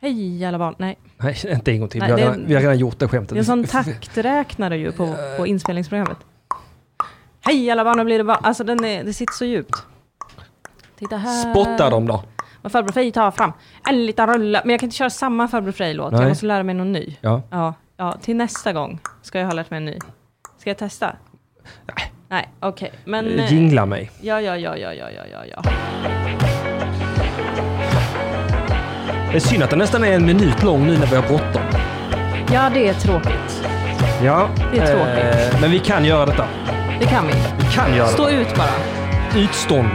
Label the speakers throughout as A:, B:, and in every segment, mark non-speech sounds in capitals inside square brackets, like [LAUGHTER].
A: Hej alla barn. Nej,
B: Nej, [LAUGHS] inte en gång till.
A: Nej,
B: vi,
A: det
B: har
A: är-
B: redan, vi har redan gjort det skämtet.
A: det är en sån
B: [LAUGHS]
A: takträknare ju på, på inspelningsprogrammet. Hej alla barn, nu blir det barn. Alltså den är, det sitter så djupt. Titta här.
B: Spotta dem då.
A: Vad farbror Frej tar fram. En liten rulle. Men jag kan inte köra samma farbror Frej-låt. Jag
B: Nej.
A: måste lära mig någon ny.
B: Ja.
A: Ja, ja, till nästa gång ska jag ha lärt mig en ny. Ska jag testa?
B: Nej.
A: Nej, okej. Men... eh,
B: Jingla mig.
A: Ja, ja, ja, ja, ja, ja, ja, ja.
B: Det är synd att den nästan är en minut lång nu när vi har bråttom.
A: Ja, det är tråkigt.
B: Ja.
A: Det är tråkigt.
B: Eh, men vi kan göra detta.
A: Det kan vi.
B: Vi kan göra
A: Stå
B: det.
A: ut bara.
B: Utstånd,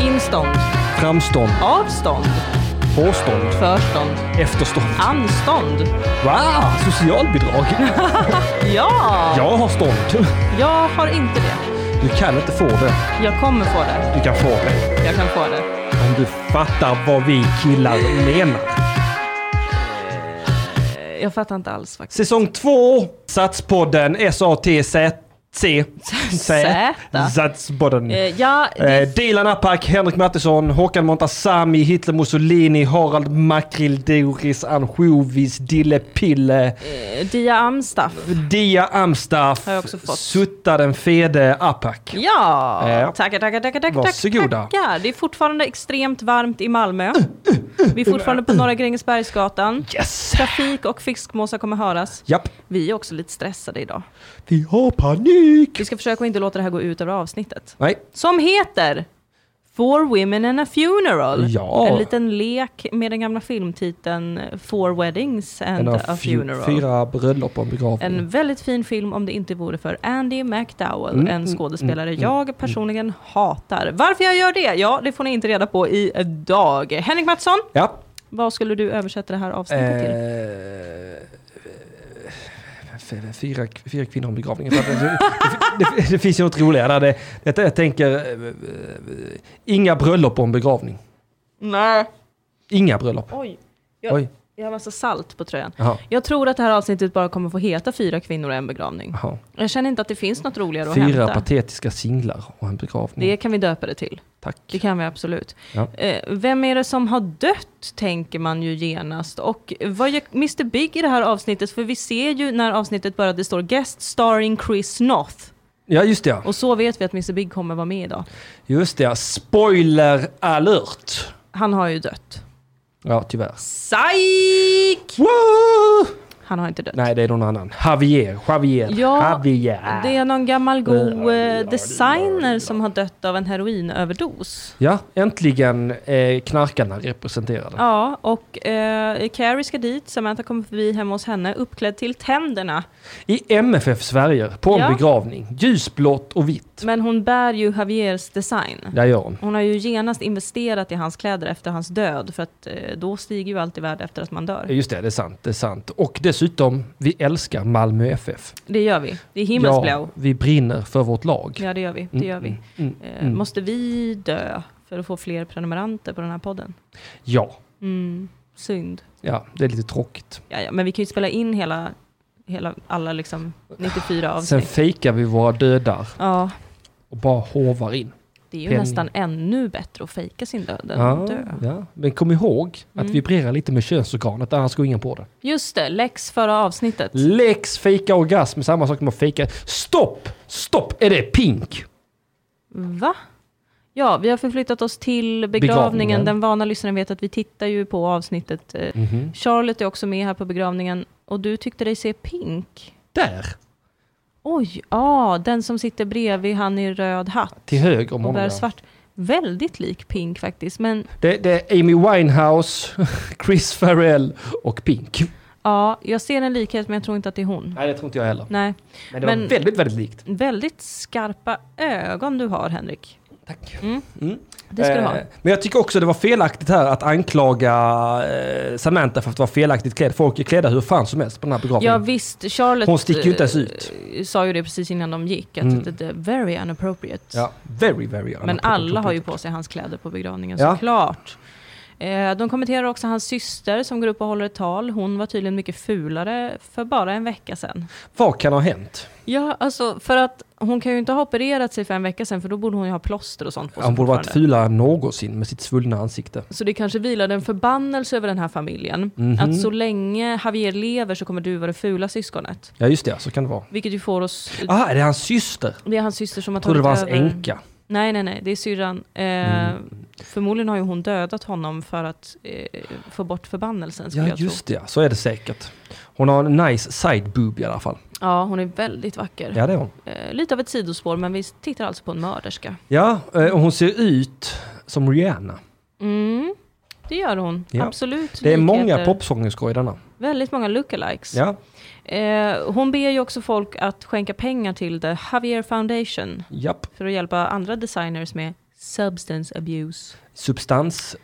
A: Instånd.
B: framstånd,
A: Avstånd.
B: påstånd,
A: Förstånd.
B: efterstånd.
A: Anstånd.
B: Wow!
A: [LAUGHS]
B: Socialbidrag.
A: Ja!
B: Jag har stånd.
A: Jag har inte det.
B: Du kan inte få det.
A: Jag kommer få det.
B: Du kan få det.
A: Jag kan få det.
B: Om du fattar vad vi killar menar.
A: Eh, Jag fattar inte alls faktiskt.
B: Säsong två. Satspodden S-A-T-Z-C.
A: Zäta.
B: Satspodden.
A: Eh, Ja,
B: Eh,
A: det...
B: Dilan Apak, Henrik Mattisson, Håkan Montazami, Hitler Mussolini, Harald Makril, Doris Ansjovis, Dille Pille,
A: eh, Dia Amstaff.
B: Dia Amstaff,
A: Har jag också fått.
B: Sutta den fede Apak.
A: Ja!
B: Ja.
A: Tackar, tackar, tackar, tackar.
B: Eh. Varsågoda. Uh,
A: Tackar. Det är fortfarande extremt varmt i Malmö. Vi är fortfarande på Norra Grängesbergsgatan.
B: Yes!
A: Trafik och fiskmåsar kommer höras.
B: Japp.
A: Vi är också lite stressade idag.
B: Vi har panik!
A: Vi ska försöka att inte låta det här gå ut över avsnittet.
B: Nej,
A: Som heter Four Women and a Funeral.
B: Ja.
A: En liten lek med den gamla filmtiteln Four Weddings and
B: en av
A: a
B: fy-
A: Funeral.
B: fyra bröllop och en begravning.
A: En väldigt fin film om det inte vore för Andy McDowell,
B: Mm,
A: en skådespelare jag personligen hatar. Varför jag gör det? Ja, det får ni inte reda på idag. Henrik Mattsson,
B: Ja.
A: vad skulle du översätta det här
B: Eh,
A: avsnittet till?
B: f- fyra, fyra kvinnor och en begravning. Det, det, det, det finns ju något roligare där. Det, detta jag tänker, eh, eh, inga bröllop och en begravning.
A: Nej.
B: Inga bröllop.
A: Oj,
B: Oj.
A: jag har massa salt på tröjan.
B: Jaha.
A: Jag tror att det här avsnittet bara kommer få heta Fyra kvinnor och en begravning.
B: Jaha.
A: Jag känner inte att det finns något roligare att
B: Ah. Fyra
A: hämta.
B: patetiska singlar och en begravning.
A: Det kan vi döpa det till. Det
B: Tack.
A: kan vi absolut.
B: Mm. Ja.
A: Eh, Vem är det som har dött, tänker man ju genast. Och vad gör Mr Big i det här avsnittet? För vi ser ju när avsnittet börjar att det står Guest starring Chris North.
B: Ja, just det. ja.
A: Och så vet vi att Mr Big kommer vara med idag.
B: Just det. ja. Spoiler alert.
A: Han har ju dött.
B: Ja, tyvärr.
A: Psyk!
B: Woo!
A: Han har inte dött.
B: Nej, det är någon annan. Javier. Javier.
A: Ja,
B: Javier.
A: Det är någon gammal god eh,
B: Ja,
A: designer som har dött av en heroinöverdos.
B: Ja, äntligen eh, knarkarna representerade.
A: Ja, och eh, Carrie ska dit, Samantha kommer förbi hemma hos henne uppklädd till tänderna.
B: I MFF Sverige, på en
A: Ja. Mm.
B: begravning. Ljusblått och vitt.
A: Men hon bär ju Javiers design.
B: Där gör hon.
A: Hon har ju genast investerat i hans kläder efter hans död, för att eh, då stiger ju allt i värde efter att man
B: Ja,
A: dör.
B: Just det, det är sant. Det är sant. Och dessutom, vi älskar Malmö FF.
A: Det gör vi. Det är
B: Ja,
A: himmelsblå.
B: vi brinner för vårt lag.
A: Ja, det gör vi. Det gör vi.
B: Mm, mm,
A: Eh,
B: mm.
A: Måste vi dö för att få fler prenumeranter på den här podden?
B: Ja.
A: Mm, synd.
B: Ja, det är lite tråkigt.
A: Ja, ja, men vi kan ju spela in hela, hela alla liksom 94
B: Sen
A: avsnitt.
B: fejkar vi våra dödar
A: Ja,
B: och bara hovar in.
A: det är ju
B: Penning.
A: nästan ännu bättre att fejka sin död än
B: Ja,
A: att dö.
B: ja. Men kom ihåg att
A: Mm.
B: vibrera lite med könsorganet, annars går ingen på det.
A: Just det, läx förra avsnittet.
B: Lex fejka orgasm, samma sak som att fejka... Stopp! Stopp! Är det pink?
A: Va? Ja, vi har förflyttat oss till begravningen.
B: Begravningen.
A: Den vana lyssnaren vet att vi tittar ju på avsnittet. Eh,
B: Mhm.
A: Charlotte är också med här på begravningen och du tyckte dig se Pink.
B: Där!
A: Oj, ja, den som sitter bredvid han i röd hatt
B: Till höger
A: och
B: om honom.
A: bär
B: ja.
A: svart. Väldigt lik Pink faktiskt, men
B: Det, det är Amy Winehouse, [LAUGHS] Chris Farrell och Pink.
A: ja, jag ser en likhet men jag tror inte att det är hon.
B: Nej, det tror inte jag heller.
A: Nej,
B: Men det var
A: Men-
B: väldigt, väldigt likt.
A: väldigt skarpa ögon du har Henrik.
B: Tack.
A: Mm.
B: Mm.
A: Det ska du ha.
B: Eh, Men jag tycker också det var felaktigt här att anklaga eh, Samantha för att vara felaktigt klädd. Folk är klädda hur fan som helst på den här
A: Ja
B: begravningen.
A: visst, Charlotte
B: Hon sticker ju inte ens
A: eh,
B: ut.
A: sa ju det precis innan de gick, att
B: Mm.
A: det det är very unappropriate.
B: Ja, very, very
A: Men alla har ju på sig hans kläder på begravningen
B: Ja.
A: såklart. Eh, De kommenterar också hans syster som går upp och håller ett tal. Hon var tydligen mycket fulare för bara en vecka sedan.
B: Vad kan ha hänt?
A: Ja, alltså för att hon kan ju inte ha opererat sig för en vecka sedan för då borde hon ju ha plåster och sånt på sig
B: Han borde varit
A: fortfarande.
B: fulare än någonsin med sitt svullna ansikte.
A: Så det kanske vilade en förbannelse över den här familjen.
B: Mhm.
A: Att så länge Javier lever så kommer du vara det fula syskonet.
B: Ja, just det. Så kan det vara.
A: Vilket ju får oss...
B: Ah, är det hans syster?
A: Det är hans syster som har
B: Jag trodde
A: tagit
B: det var hans
A: över.
B: änka.
A: Nej, nej, nej. Det är syrran. Eh,
B: Mm.
A: Förmodligen har ju hon dödat honom för att eh, få bort förbannelsen skulle
B: Ja,
A: jag
B: just det. ja. Så är det säkert. Hon har en nice side boob i alla fall.
A: tro. Ja, hon är väldigt vacker.
B: Ja, det är hon.
A: Eh, lite av ett sidospår, men vi tittar alltså på en mörderska.
B: Ja, eh, och hon ser ut som Rihanna.
A: Mm, det gör hon.
B: Ja.
A: Absolut.
B: Det är många
A: likheter.
B: popsångerskor i denna.
A: Väldigt många lookalikes.
B: Ja,
A: Eh, hon ber ju också folk att skänka pengar till The Javier Foundation
B: japp.
A: för att hjälpa andra designers med substance abuse.
B: Substans,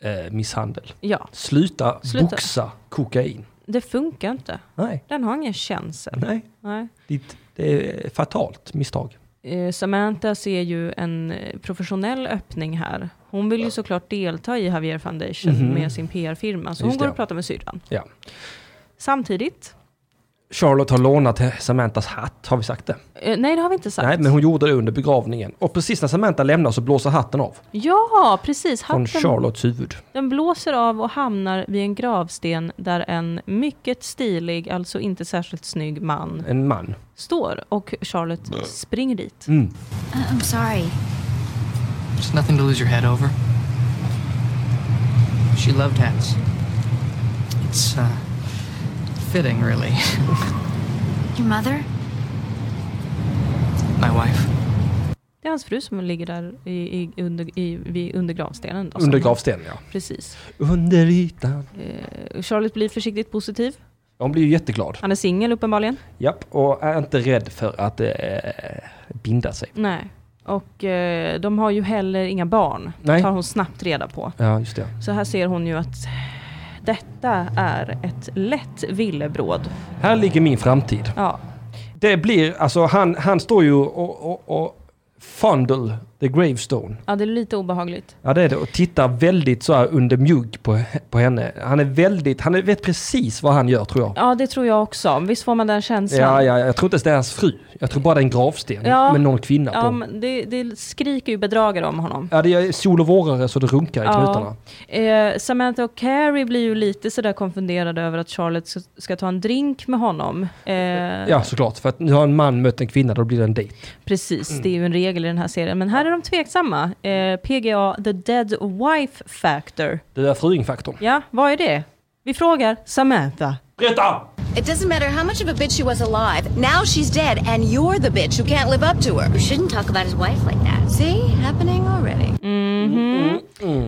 B: eh, misshandel.
A: Ja,
B: Sluta,
A: Sluta.
B: boxa kokain.
A: det funkar inte.
B: Nej,
A: Den har ingen känsel.
B: nej.
A: Nej.
B: Det, det är fatalt misstag.
A: Eh, Samantha ser ju en eh, professionell öppning här. Hon vill ju såklart delta i Javier Foundation
B: Mhm.
A: med sin PR-firma, så
B: Just
A: hon går
B: det.
A: och pratar med syrran.
B: Ja.
A: Samtidigt,
B: Charlotte har lånat Samantas hatt, har vi sagt det?
A: eh, nej det har vi inte sagt.
B: Nej, men hon gjorde det under begravningen. Och precis när Samantha lämnar så blåser hatten av
A: Ja, precis.
B: från
A: Hatten,
B: Charlottes huvud.
A: den blåser av och hamnar vid en gravsten där en mycket stilig, alltså inte särskilt snygg man
B: En man.
A: står och Charlotte springer dit.
C: Uh,
B: Mm.
D: I- I'm sorry.
E: There's nothing to lose your head over. She loved hats. It's uh, fitting, really. [LAUGHS]
D: Your mother?
E: My wife.
A: Det är hans fru som ligger där i, i, under, i, vid, under gravstenen. Då, som-
B: Under gravstenen, ja.
A: Precis.
B: Under ytan.
A: Eh, Charlotte blir försiktigt positiv.
B: Hon blir ju jätteglad.
A: Han är singel uppenbarligen.
B: Japp, och är inte rädd för att eh, binda sig.
A: Nej. Och eh, de har ju heller inga barn,
B: Nej.
A: tar hon snabbt reda på.
B: Ja, just det.
A: Så här ser hon ju att detta är ett lätt villebråd.
B: Här ligger min framtid.
A: Ja,
B: Det blir, alltså han, han står ju och, och, och fondle the gravestone.
A: ja det är lite obehagligt.
B: Ja det är det. Och tittar väldigt så här under mjugg på, på henne. Han är väldigt, han är- vet precis vad han gör tror jag.
A: Ja, det tror jag också. Visst får man den känslan?
B: Ja, ja, jag tror inte ens det är hans fru. Jag tror bara det är en gravsten
A: Ja.
B: med någon kvinna
A: Ja,
B: på.
A: men det, det skriker ju bedragare om honom.
B: Ja, det är sol och vårare så det runkar i
A: Ja.
B: knutarna.
A: Eh, Samantha och Carrie blir ju lite sådär konfunderade över att Charlotte ska, ska ta en drink med honom. Eh,
B: Ja, såklart. För att nu har en man mött en kvinna, då blir det en dejt.
A: Precis, det är ju en regel i den här serien. Men här är de tveksamma. Eh, PGA, The Dead Wife Factor.
B: Det är fruingfaktorn.
A: Ja, vad är det? Vi frågar Samantha.
B: Berätta!
F: It doesn't matter how much of a bitch she was alive. Now she's dead, and you're the bitch who can't live up to her.
D: You shouldn't talk about his wife like that.
F: See, happening already.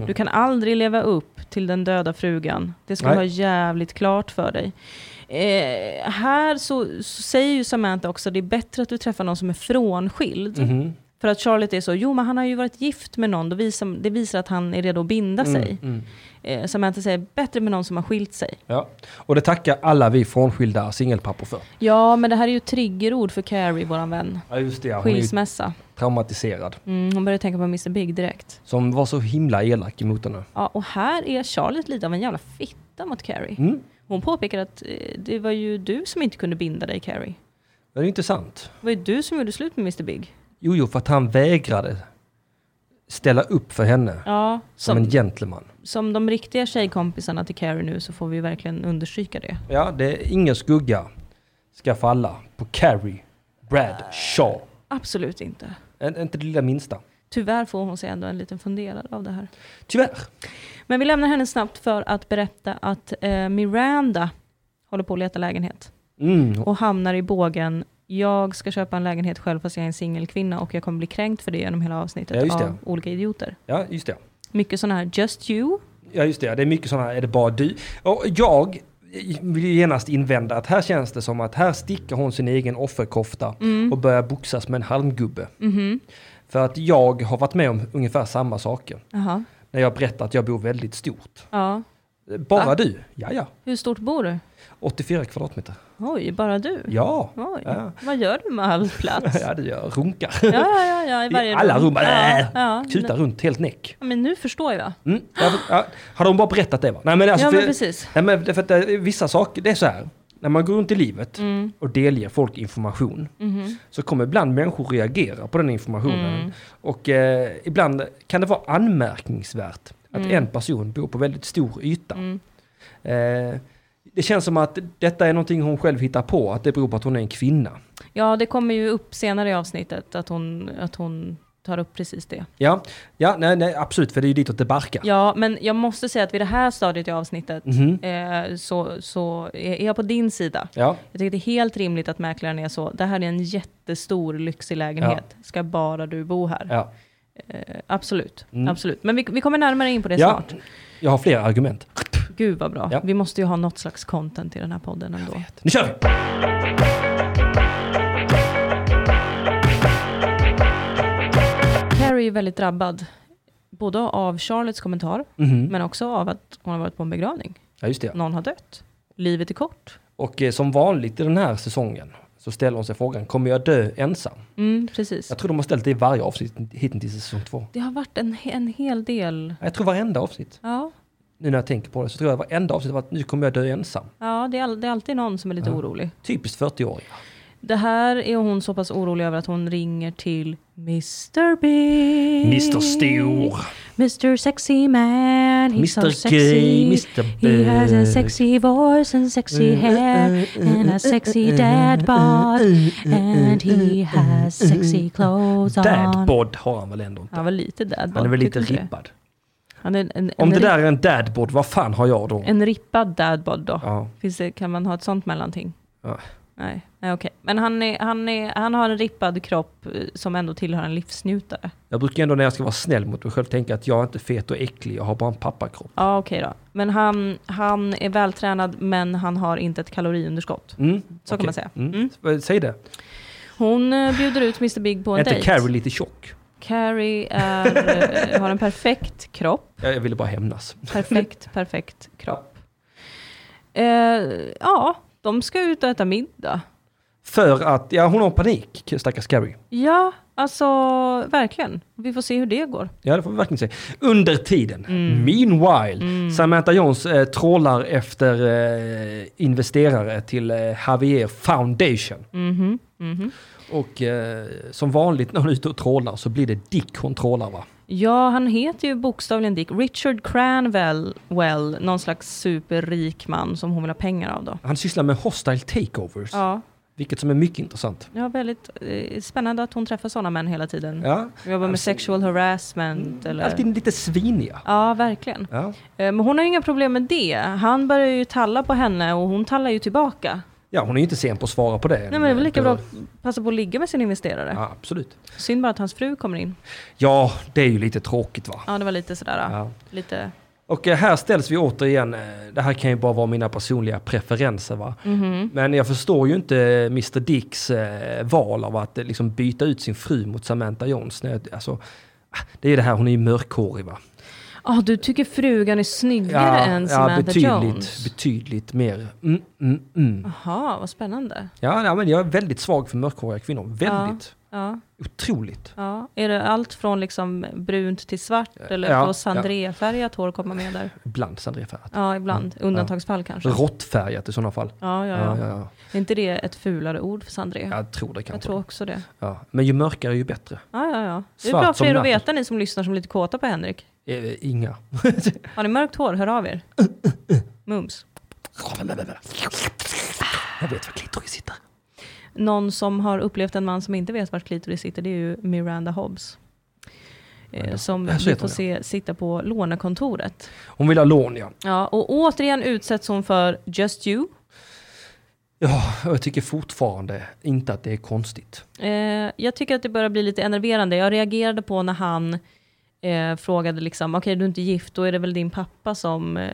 A: Du kan aldrig leva upp till den döda frugan. Det ska du
B: Nej.
A: ha jävligt klart för dig. Eh, här så, så säger ju Samantha också det är bättre att du träffar någon som är frånskild. För att Charlotte är så, jo men han har ju varit gift med någon, då visar, det visar att han är redo att binda
B: Mm.
A: sig. Eh, Samantha säger, bättre med någon som har skilt sig.
B: Ja. Och det tackar alla vi frånskilda singelpappor för.
A: Ja, men det här är ju ett triggerord för Carrie, våran vän.
B: Ja, just det. ja. Hon är ju
A: Skilsmässa.
B: traumatiserad.
A: Mm, hon börjar tänka på Mr Big direkt.
B: Som var så himla elak emot henne.
A: Ja, och här är Charlotte lite av en jävla fitta mot Carrie.
B: Mm.
A: Hon påpekar att eh, det var ju du som inte kunde binda dig Carrie.
B: Det är ju intressant.
A: Det var ju du som gjorde slut med Mr Big.
B: Jo, jo, för att han vägrade ställa upp för henne
A: Ja,
B: som en
A: som,
B: gentleman.
A: som de riktiga tjejkompisarna till Carrie nu så får vi verkligen understryka det.
B: Ja, det är ingen skugga ska falla på Carrie Bradshaw.
A: Absolut inte.
B: Ä- inte det lilla minsta.
A: Tyvärr får hon sig ändå en liten funderare av det här.
B: Tyvärr.
A: Men vi lämnar henne snabbt för att berätta att eh, Miranda håller på att leta lägenhet.
B: Mm.
A: och hamnar i bågen jag ska köpa en lägenhet själv fast jag är en singelkvinna och jag kommer bli kränkt för det genom hela avsnittet
B: Ja, just det.
A: av olika idioter.
B: Ja, just det.
A: Mycket sådana här just you.
B: Ja, just det. Det är mycket sådana, är det bara du? Och jag vill ju genast invända att här känns det som att här stickar hon sin egen offerkofta och börjar boxas med en halmgubbe. För att jag har varit med om ungefär samma saker.
A: Jaha.
B: När jag berättar att jag bor väldigt stort.
A: Ja.
B: Bara du? Ja, ja.
A: Hur stort bor du?
B: 84 kvadratmeter.
A: Oj, bara du?
B: Ja.
A: Oj,
B: Ja. [LAUGHS]
A: vad gör du med all plats? ja,
B: Ja, det gör jag. Runkar.
A: ja, ja, ja, i
B: I
A: varje
B: alla rum.
A: Ja, ja.
B: Kutar runt helt näck.
A: Ja, Men nu förstår jag.
B: Mm. Ja, för- ja, har de bara berättat det va? Nej men alltså,
A: Ja, men
B: för-
A: precis.
B: Nej men det är för att det är vissa saker, det är så här. när man går runt i livet
A: Mm,
B: och delger folk information
A: mhm.
B: så kommer ibland människor reagera på den informationen.
A: Mm.
B: Och eh, ibland kan det vara anmärkningsvärt att
A: Mm.
B: en person bor på väldigt stor yta. Eh, det känns som att detta är någonting hon själv hittar på, att det beror på att hon är en kvinna.
A: Ja, det kommer ju upp senare i avsnittet att hon, att hon tar upp precis det.
B: Ja, ja nej, nej, absolut, för det är ju ditåt det barkar.
A: Ja, men jag måste säga att vid det här stadiet i avsnittet
B: Mhm.
A: eh, så, så är jag på din sida.
B: Ja.
A: Jag tycker det är helt rimligt att mäklaren är så, det här är en jättestor lyxig lägenhet, ska bara du bo här?
B: Ja.
A: Eh, absolut,
B: Mm.
A: absolut. Men vi, vi kommer närmare in på det
B: Ja,
A: snart.
B: jag har flera argument.
A: Gud vad bra.
B: Ja.
A: Vi måste ju ha något slags content i den här podden ändå.
B: Nu kör vi!
A: Carrie är väldigt drabbad, både av Charlottes kommentar,
B: Mhm.
A: men också av att hon har varit på en begravning.
B: Ja, just det.
A: Någon har dött. Livet är kort.
B: Och eh, som vanligt i den här säsongen så ställer hon sig frågan, kommer jag dö ensam?
A: Mm, precis.
B: Jag tror de har ställt det i varje avsnitt hittills i säsong två.
A: Det har varit en, he- en hel del.
B: Ja, Jag tror varenda avsnitt.
A: Ja,
B: Nu när jag tänker på det så tror jag varenda avsnitt har varit, nu kommer jag dö ensam.
A: ja det, är all, det är alltid någon som är lite orolig.
B: Typiskt 40-åringar.
A: Det här är hon så pass orolig över att hon ringer till Mr. Big.
B: Mr. Stor.
A: Mr. Sexy Man. He's so
B: Mr.
A: sexy.
B: Gay, Mr.
A: He has a
B: Big.
A: sexy voice and sexy
B: Eh,
A: hair and a sexy dad bod.
B: eh,
A: And he has sexy clothes on.
B: Dadbod har han väl ändå inte?
A: Han var lite dad bod.
B: Han är väl lite
A: tycker du inte det?
B: rippad.
A: Han är en, en,
B: Om
A: en,
B: det
A: ri-
B: där är en dadbod, vad fan har jag då?
A: en rippad dad bod då.
B: Ja.
A: Finns det, kan man ha ett sånt mellanting?
B: Ja.
A: Nej, nej okej. Men han, är, han, är, han har en rippad kropp eh, som ändå tillhör en livsnjutare.
B: Jag brukar ändå när jag ska vara snäll mot mig själv tänka att jag är inte fet och äcklig, jag har bara en pappakropp.
A: Ja okej då. Men han, han är vältränad men han har inte ett kaloriunderskott.
B: Mm,
A: Så
B: okej.
A: kan man säga.
B: Mm.
A: Mm.
B: S- Säg det.
A: Hon eh, bjuder ut Mr Big på
B: Är
A: en
B: inte
A: dejt.
B: Carrie lite tjock?
A: Carrie är, eh, har en perfekt kropp.
B: Jag jag ville bara hämnas.
A: Perfekt, perfekt kropp. Eh, ja, de ska ut och äta middag.
B: För att, ja hon har panik, stackars Carrie.
A: Ja, alltså verkligen. Vi får se hur det går.
B: Ja det får vi verkligen säga. Under tiden,
A: Mm.
B: meanwhile, Samantha Jones eh, trålar efter eh, investerare till eh, Javier Foundation.
A: Mhm, mhm.
B: Och eh, som vanligt när hon är ute och trålar så blir det Dick hon trålar va?
A: Ja, han heter ju bokstavligen Dick. Richard Cranwell, well, någon slags superrik man som hon vill ha pengar av då.
B: Han sysslar med hostile takeovers,
A: Ja,
B: vilket som är mycket intressant.
A: det var väldigt eh, spännande att hon träffar sådana män hela tiden.
B: Ja, Alltså- Mm.
A: Jobbar med sexual harassment eller...
B: alltid lite sviniga.
A: Ja, verkligen.
B: Ja.
A: Eh, Men hon har ju inga problem med det. Han börjar ju talla på henne och hon tallar ju tillbaka.
B: ja, hon är ju inte sen på att svara på det.
A: Nej men det är väl lika bra att passa på att ligga med sin investerare.
B: Ja, absolut.
A: Synd bara att hans fru kommer in.
B: Ja, det är ju lite tråkigt va?
A: Ja, det var lite sådär,
B: Ja.
A: lite...
B: Och eh, här ställs vi återigen, eh, det här kan ju bara vara mina personliga preferenser va.
A: mm-hmm.
B: Men jag förstår ju inte Mr Dicks eh, val av att eh, liksom byta ut sin fru mot Samantha Jones. Nej, alltså, ah, det är det här, hon är ju mörkhårig va.
A: Ah, du tycker frugan är snyggare än Samantha
B: betydligt,
A: Jones? Ah.
B: betydligt mer. Mm, mm, mm.
A: Jaha, vad spännande.
B: Ja, ja, men jag är väldigt svag för mörkhåriga kvinnor. Väldigt.
A: Ja,
B: Otroligt.
A: ja. Är det allt från liksom brunt till svart eller
B: Ja,
A: får sandrefärgat hår komma med där?
B: Ibland sandrefärgat.
A: Ja, ibland. Undantagsfall kanske. Ja,
B: Råttfärgat i sådana fall.
A: ja,
B: Ja,
A: ja.
B: ja, ja.
A: Är inte det ett fulare ord för sandré?
B: Jag tror det kanske.
A: Jag tror också det.
B: Ja. Men ju mörkare ju bättre.
A: Ja, ja, ja. Det är
B: Svart
A: bra för
B: som
A: er att
B: natten.
A: veta ni som lyssnar som är lite kåta på Henrik.
B: Eh, inga.
A: Har ni mörkt hår, hör av er.
B: [LAUGHS]
A: Mums.
B: Jag vet var klitoris sitter.
A: Någon som har upplevt en man som inte vet vart klitoris sitter, det är ju Miranda Hobbs. Eh, som
B: Ja, Äh, så
A: vi
B: heter
A: får
B: hon,
A: se sitta på lånekontoret.
B: Hon vill ha lån ja.
A: Ja, och återigen utsätts hon för Just You.
B: Ja, och jag tycker fortfarande inte att det är konstigt.
A: Eh, jag tycker att det börjar bli lite enerverande. Jag reagerade på när han eh, frågade liksom, okej du är inte gift, då är det väl din pappa som eh,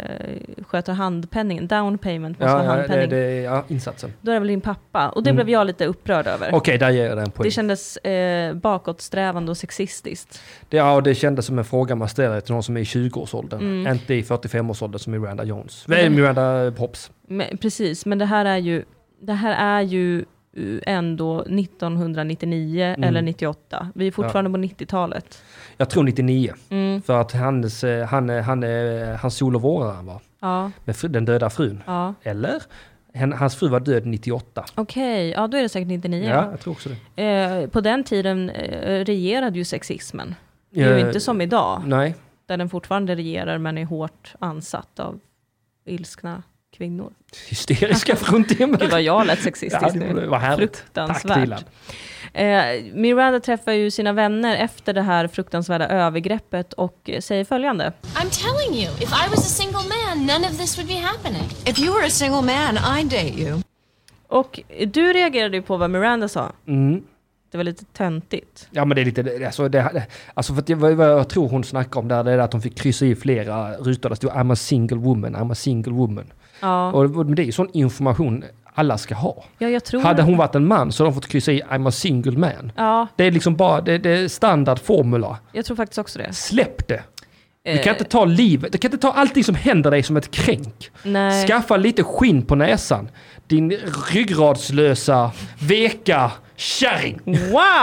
A: sköter handpenningen, down payment, måste
B: Ja,
A: vara
B: ja, det,
A: handpenning.
B: det, Mm. ja, insatsen.
A: Då är det väl din pappa. Och det blev jag lite upprörd över.
B: Okej, där ger jag dig en poäng.
A: det kändes eh, bakåtsträvande och sexistiskt.
B: Det, ja, och det kändes som en fråga man ställer till någon som är i 20-årsåldern.
A: Mm.
B: Inte i 45-årsåldern som Miranda Jones. Nej, Miranda Hobbs.
A: Men, precis, men det här är ju, det här är ju eh, ändå 1999
B: Mm.
A: eller 98. Vi är fortfarande på Mm, 90-talet.
B: Jag tror 99. För att hans, eh, han, eh, han, eh, hans sol och vårare var
A: Ja,
B: med fr- den döda frun.
A: ja.
B: Eller? Hen- Hans fru var död 98.
A: Okej, ja då är det säkert 99.
B: Ja, jag tror också det.
A: Eh, på den tiden eh, regerade ju sexismen. Det är
B: Eh,
A: ju inte som idag,
B: Nej,
A: där den fortfarande regerar men är hårt ansatt av ilskna kvinnor.
B: hysteriska [LAUGHS] fruntimmer.
A: Gud vad jag lät sexistisk
B: Ja, det
A: nu.
B: var härligt. Tack, Dilan.
A: Fruktansvärt. Eh, Miranda träffar ju sina vänner efter det här fruktansvärda övergreppet och eh, säger följande.
G: I'm telling you, if I was a single man, none of this would be happening.
F: If you were a single man, I'd date you.
A: Och du reagerade ju på vad Miranda sa.
B: Mm.
A: Det var lite töntigt.
B: Ja men det är lite, alltså, det, alltså för att det, vad vad jag tror hon snackar om där, det är att hon fick kryssa i flera rutor där det stod I'm a single woman, I'm a single woman.
A: Ja,
B: Och men det är ju sån information alla ska ha.
A: ja jag tror...
B: Hade hon varit en man så hade hon fått kryssa i I'm a single man.
A: Ja,
B: Det är liksom bara, det, det är standardformula.
A: jag tror faktiskt också det.
B: Släpp det! Du
A: Eh.
B: kan inte ta livet, du kan inte ta allting som händer dig som ett kränk.
A: Eh, Nej.
B: Skaffa lite skinn på näsan. Din ryggradslösa, veka kärring.
A: Wow!
B: Ja.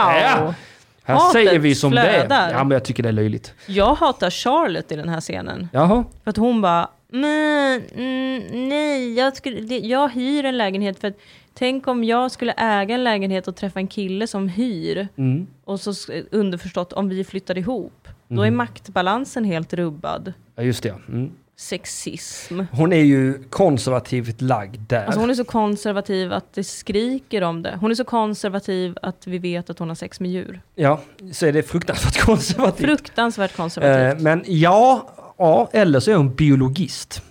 B: Här
A: Hatet
B: säger vi som det
A: flödar.
B: är. Ja, men jag tycker det är löjligt.
A: Jag hatar Charlotte i den här scenen.
B: Jaha.
A: För att hon bara, men, mm, nej, jag, skulle, det, jag hyr en lägenhet för att tänk om jag skulle äga en lägenhet och träffa en kille som hyr
B: Mm.
A: och så sk- underförstått om vi flyttar ihop, då
B: Mhm.
A: är maktbalansen helt rubbad.
B: Ja, just det. Mm.
A: Sexism.
B: Hon är ju konservativt lagd där.
A: Alltså hon är så konservativ att det skriker om det. Hon är så konservativ att vi vet att hon har sex med djur.
B: Ja, så är det fruktansvärt [LAUGHS] konservativt.
A: Fruktansvärt
B: Eh,
A: konservativt.
B: men ja, ja, eller så är hon biologist.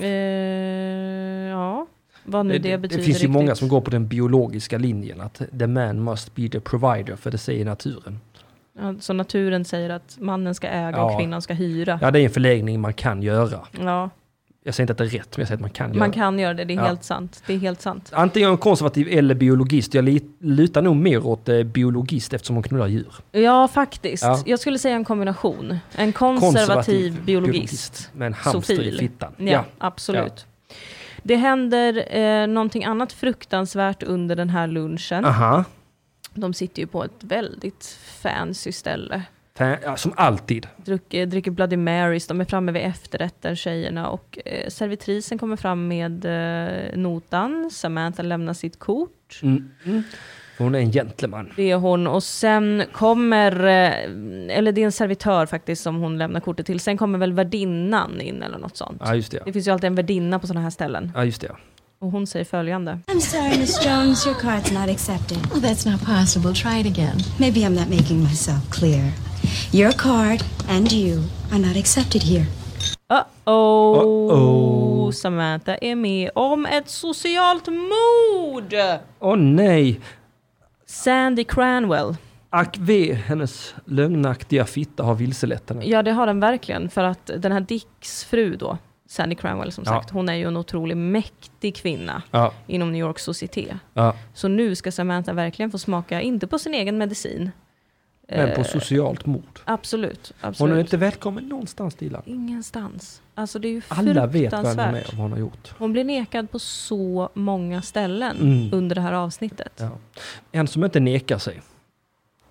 A: Eh, ja, vad nu det, betyder
B: finns ju
A: riktigt.
B: många som går på den biologiska linjen, att the man must be the provider, för det säger naturen.
A: Ja, Så naturen säger att mannen ska äga och
B: Ja.
A: kvinnan ska hyra. Ja.
B: Ja, det är en förlängning man kan göra. Jag säger inte att det är rätt, men jag säger att man kan göra.
A: Man kan göra det, det är
B: Ja.
A: helt sant. Det är helt sant.
B: Antingen är hon konservativ eller biologist. Jag li- lutar nog mer åt eh, biologist eftersom hon knullar djur.
A: Ja, faktiskt.
B: Ja.
A: Jag skulle säga en kombination. En konservativ, biologist.
B: Med en hamster
A: Sofil.
B: i fittan.
A: Ja, absolut. Det händer eh, någonting annat fruktansvärt under den här lunchen.
B: Ja. Aha.
A: De sitter ju på ett väldigt fancy ställe.
B: Fan, ja, som alltid.
A: Druck, eh, dricker Bloody Marys, de är framme vid efterrätten tjejerna och eh, servitrisen kommer fram med eh, notan. Samantha lämnar sitt kort.
B: Mm, Hon är en gentleman.
A: Det är hon och sen kommer, eh, eller det är en servitör faktiskt som hon lämnar kortet till. Sen kommer väl värdinnan in eller något sånt.
B: Ah, Ja, just det.
A: Det finns ju alltid en värdinna på sådana här ställen.
B: Ja, just det.
A: Och hon säger följande.
C: I'm sorry, Miss Jones, your card's not accepted.
G: Well, that's not possible. Try it again.
C: Maybe I'm not making myself clear. Your card and you are not accepted here.
A: Uh-oh.
B: Uh-oh.
A: Samantha är med om ett socialt mord!
B: Åh nej!
A: Sandy Cranwell.
B: Ack ve, hennes lögnaktiga fitta har vilselett henne.
A: Ja, det har den verkligen. För att den här Dicks fru då, Sandy Cranwell som
B: Ja.
A: sagt, hon är ju en otroligt mäktig kvinna
B: Ja,
A: inom New York societé.
B: ja.
A: Så nu ska Samantha verkligen få smaka, inte på sin egen medicin.
B: Men på
A: Eh,
B: socialt mord.
A: Absolut,
B: Hon
A: absolut.
B: är inte välkommen någonstans, Dilan.
A: Ingenstans. Alltså det är ju
B: Alla vet vad hon är med
A: fruktansvärt.
B: om vad hon har gjort.
A: Hon blir nekad på så många ställen
B: Mm.
A: under det här avsnittet.
B: Ja. En som inte nekar sig,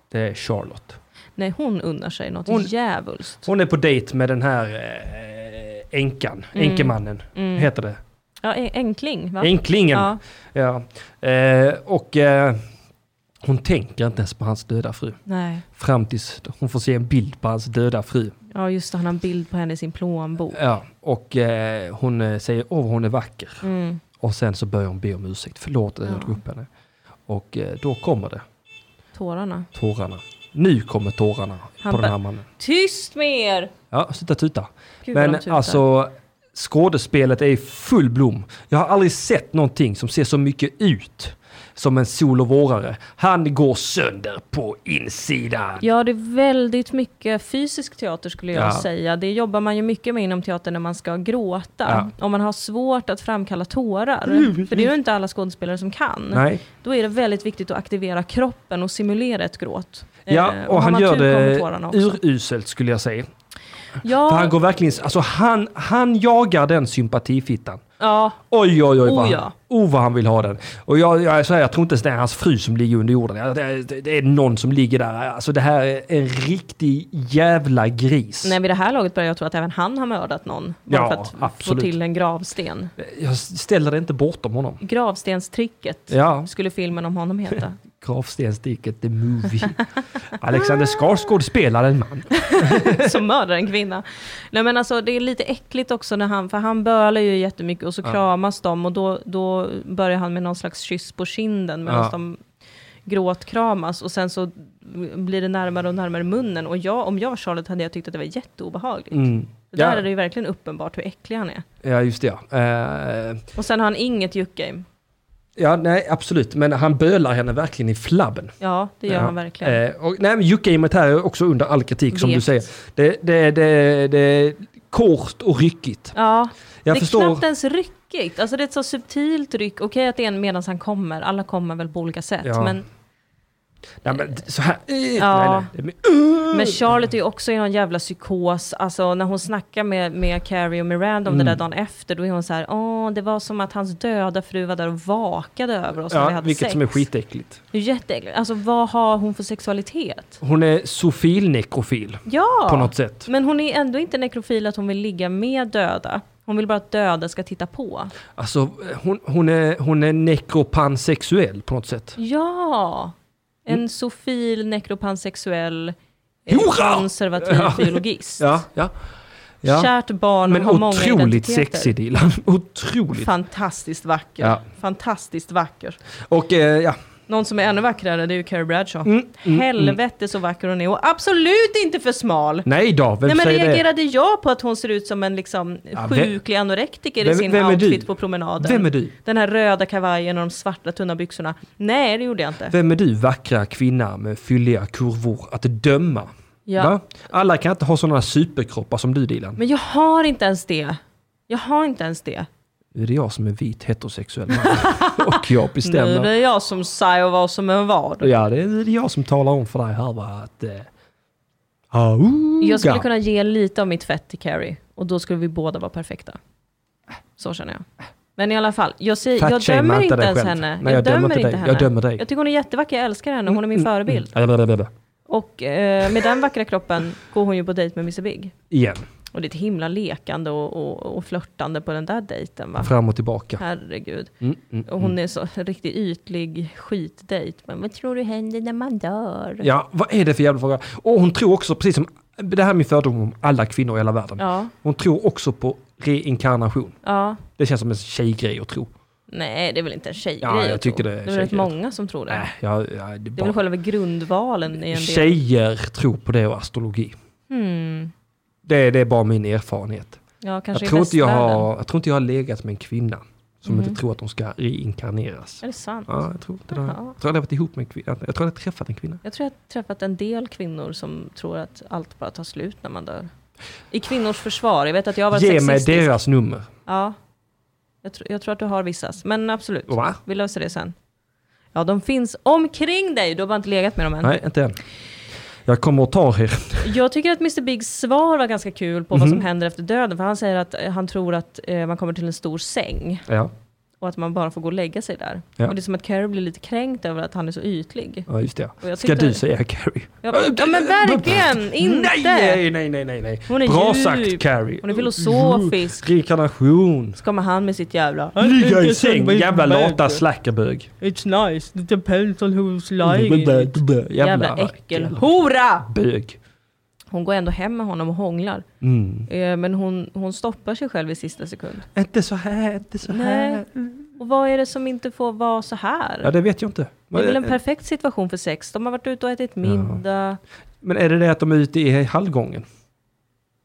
B: det är Charlotte.
A: Nej, hon unnar sig något
B: Hon-
A: djävulskt.
B: Hon är på dejt med den här eh, änkan,
A: Mm.
B: änkemannen, heter det.
A: Ja, en- enkling, va?
B: Änklingen.
A: Ja.
B: Ja. Eh, och eh, hon tänker inte ens på hans döda fru.
A: Nej.
B: Fram tills hon får se en bild på hans döda fru.
A: Ja, just det, han har en bild på henne i sin plånbok.
B: Ja, och eh, hon eh, säger åh hon är vacker.
A: Mm.
B: Och sen så börjar hon be om ursäkt. Förlåt att jag drog upp henne. Och eh, då kommer det,
A: Tårarna.
B: tårarna. Nu kommer tårarna
A: Han
B: på den
A: bara-
B: här mannen.
A: Tyst med er!
B: Ja, sluta tuta.
A: Gud, vad de
B: Men
A: tutar.
B: alltså, skådespelet är i full blom. Jag har aldrig sett någonting som ser så mycket ut som en sol och vårare. Han går sönder på insidan.
A: Ja, det är väldigt mycket fysisk teater skulle jag
B: Ja.
A: säga. Det jobbar man ju mycket med inom teatern när man ska gråta. Om man har svårt att framkalla tårar, för det är ju inte alla skådespelare som kan.
B: Mm. Nej.
A: Då är det väldigt viktigt att aktivera kroppen och simulera ett gråt.
B: Ja,
A: Eh,
B: och
A: har
B: han
A: man
B: gör
A: tur kommer
B: det
A: tårarna också.
B: uruselt skulle jag säga.
A: Ja,
B: För han går verkligen, alltså han, han jagar den sympatifittan.
A: Ja,
B: Oj, oj, oj. Vad,
A: Oh,
B: han-
A: ja.
B: oh, vad han vill ha den. Och jag, jag, så här, jag tror inte ens det är hans fru som ligger under jorden. Ja, Det, det, det är någon som ligger där. Alltså det här är en riktig jävla gris.
A: nej, vid det här laget börjar jag tro att även han har mördat någon. Bara
B: Ja,
A: för att få
B: absolut.
A: till en gravsten.
B: Jag ställer det inte bortom honom.
A: Gravstenstricket
B: Ja,
A: skulle filmen om honom heta. [LAUGHS]
B: Gravstensdiket, the movie. Alexander Skarsgård spelar en man.
A: som mördar en kvinna. Nej men alltså det är lite äckligt också när han, för han bölar ju jättemycket och så kramas de och då, då börjar han med någon slags kyss på kinden medan
B: Ja.
A: de gråtkramas och sen så blir det närmare och närmare munnen och jag, om jag var Charlotte hade jag tyckt att det var jätteobehagligt.
B: Mm.
A: Där
B: Ja.
A: är det ju verkligen uppenbart hur äcklig han är.
B: Ja, just det. Ja. Eh,
A: Och sen har han inget juckgame.
B: ja, nej, absolut. Men han bölar henne verkligen i flabben.
A: Ja, det gör
B: Ja.
A: han verkligen.
B: Eh, och, nej, men Juke-gamet här är också under all kritik som
A: Vet.
B: du säger. Det, det, det, det är kort och ryckigt.
A: Ja,
B: Jag
A: det är
B: förstår.
A: knappt ens ryckigt. Alltså det är ett så subtilt ryck. Okej att det är en medan han kommer, alla kommer väl på olika sätt.
B: Ja.
A: Men
B: Nej, men så här. eh,
A: Ja.
B: nej, nej. Mm.
A: Men Charlotte är ju också i någon jävla psykos. Alltså när hon snackar med, med Carrie och Miranda om
B: Mm.
A: det där dagen efter, då är hon så här, åh, det var som att hans döda fru var där och vakade över oss när vi
B: Ja,
A: hade
B: vilket
A: sex.
B: som är skitäckligt.
A: Det är jätteäckligt. Alltså vad har hon för sexualitet?
B: Hon är sofil-nekrofil
A: Ja!
B: på något sätt.
A: Men hon är ändå inte nekrofil att hon vill ligga med döda. Hon vill bara att döda ska titta på.
B: Alltså, hon, hon, är, hon är nekropansexuell på något sätt.
A: Ja! En sofil, nekropansexuell, eh,
B: Hurra!
A: konservativ biologist.
B: Ja, ja. ja.
A: Kärt barn
B: Men
A: har många
B: otroligt
A: identiteter.
B: sexig Dilan. [LAUGHS] Otroligt.
A: Fantastiskt vacker.
B: Ja.
A: Fantastiskt vacker.
B: Och eh, ja,
A: Någon som är ännu vackrare det är ju Carrie Bradshaw.
B: Mm,
A: Helvete så vacker hon är och absolut inte för smal.
B: nej då, vem
A: Nej men
B: säger det?
A: reagerade jag på att hon ser ut som en liksom
B: vem-
A: sjuklig anorektiker
B: vem-
A: i sin
B: vem är du?
A: outfit på promenaden?
B: Vem är du?
A: Den här röda kavajen och de svarta tunna byxorna. Nej det gjorde jag inte.
B: Vem är du, vackra kvinna med fylliga kurvor, att döma?
A: Ja.
B: Va? Alla kan inte ha sådana superkroppar som du Dilan.
A: Men jag har inte ens det. Jag har inte ens det.
B: Nu är det jag som är vit
A: [LAUGHS]
B: heterosexuell man. Och jag
A: Nu är
B: bestämmer.
A: det jag som säger vad som är vad.
B: Ja, det är det är jag som talar om för dig här va, att... Eh, uh. auga.
A: Jag skulle kunna ge lite av mitt fett till Carrie och då skulle vi båda vara perfekta. Så känner jag. Men i alla fall, jag, säger, jag
B: Fatshame
A: dömer
B: inte
A: inte
B: dig
A: ens
B: själv.
A: henne.
B: Nej, jag dömer inte dig.
A: henne.
B: Jag dömer dig.
A: Jag tycker hon är jättevacker, jag älskar henne, hon är
B: Mm,
A: min förebild.
B: Blablabla.
A: Och eh, med den vackra kroppen går hon ju på dejt med Mr Big.
B: Igen,
A: Och det är ett himla lekande och, och, och flörtande på den där dejten va.
B: fram och tillbaka.
A: Herregud.
B: Mm, mm.
A: Och hon är så en riktigt ytlig skitdejt. Men vad tror du händer när man dör?
B: Ja, vad är det för jävla fråga? Och hon tror också, precis som... Det här är min fördom om alla kvinnor i hela världen.
A: Ja,
B: Hon tror också på reinkarnation.
A: ja.
B: Det känns som en tjejgrej att tro.
A: Nej, det är väl inte en tjejgrej
B: Ja, jag
A: att
B: tycker
A: tro.
B: det är
A: det är väl rätt
B: tjejgrej.
A: många som tror det.
B: Äh, ja, ja, det är
A: Det är väl
B: bara...
A: själva grundvalen i en del.
B: Tjejer tror på det och astrologi.
A: Hmm.
B: Det, det är bara min erfarenhet.
A: Ja, kanske i
B: Jag tror, inte jag,
A: västvärlden. Mm.
B: har, jag tror inte jag har legat med en kvinna som inte tror att hon ska reinkarneras.
A: Är det sant?
B: Ja, jag tror inte det. Jag
A: Jaha.
B: tror aldrig jag varit ihop med en kvinna. Jag tror aldrig jag träffat en kvinna.
A: Jag tror jag har träffat en del kvinnor som tror att allt bara tar slut när man dör. I kvinnors försvar. Jag vet att jag har varit
B: Ge mig
A: sexistisk.
B: deras nummer.
A: Ja. Jag, tr- jag tror att du har vissas. Men absolut.
B: Va?
A: Vi löser det sen. Ja, de finns omkring dig. Du har bara inte legat med dem än.
B: Nej, inte än. Jag kommer att ta er.
A: Jag tycker att Mr. Bigs svar var ganska kul på vad
B: Mhm.
A: som händer efter döden. För han säger att eh, han tror att eh, man kommer till en stor säng.
B: Ja,
A: och att man bara får gå och lägga sig där.
B: Ja.
A: Och det är som att Carrie blir lite kränkt över att han är så ytlig.
B: ja just det.
A: Och jag
B: Ska
A: tyckte-
B: du säga Carrie?
A: Ja, ja men verkligen inte!
B: Nej, nej, nej, nej, nej.
A: Hon är
B: Bra
A: djup.
B: sagt Carrie.
A: Hon är filosofisk.
B: Reinkarnation.
A: Så kommer han med sitt jävla...
B: Ligga i säng, jävla lata slackerbög.
A: It's nice, it depends on who's Jävla äckelhora!
B: Bög.
A: Hon går ändå hem med honom och hånglar.
B: Mm.
A: Eh, Men hon, hon stoppar sig själv i sista sekund.
B: Inte så här, inte så
A: Nej.
B: här.
A: Och vad är det som inte får vara så här?
B: Ja, det eh, vet jag inte.
A: det är väl en
B: Men,
A: perfekt situation för sex. De har varit ute och ätit middag.
B: eh, men är det det att de är ute i halvgången?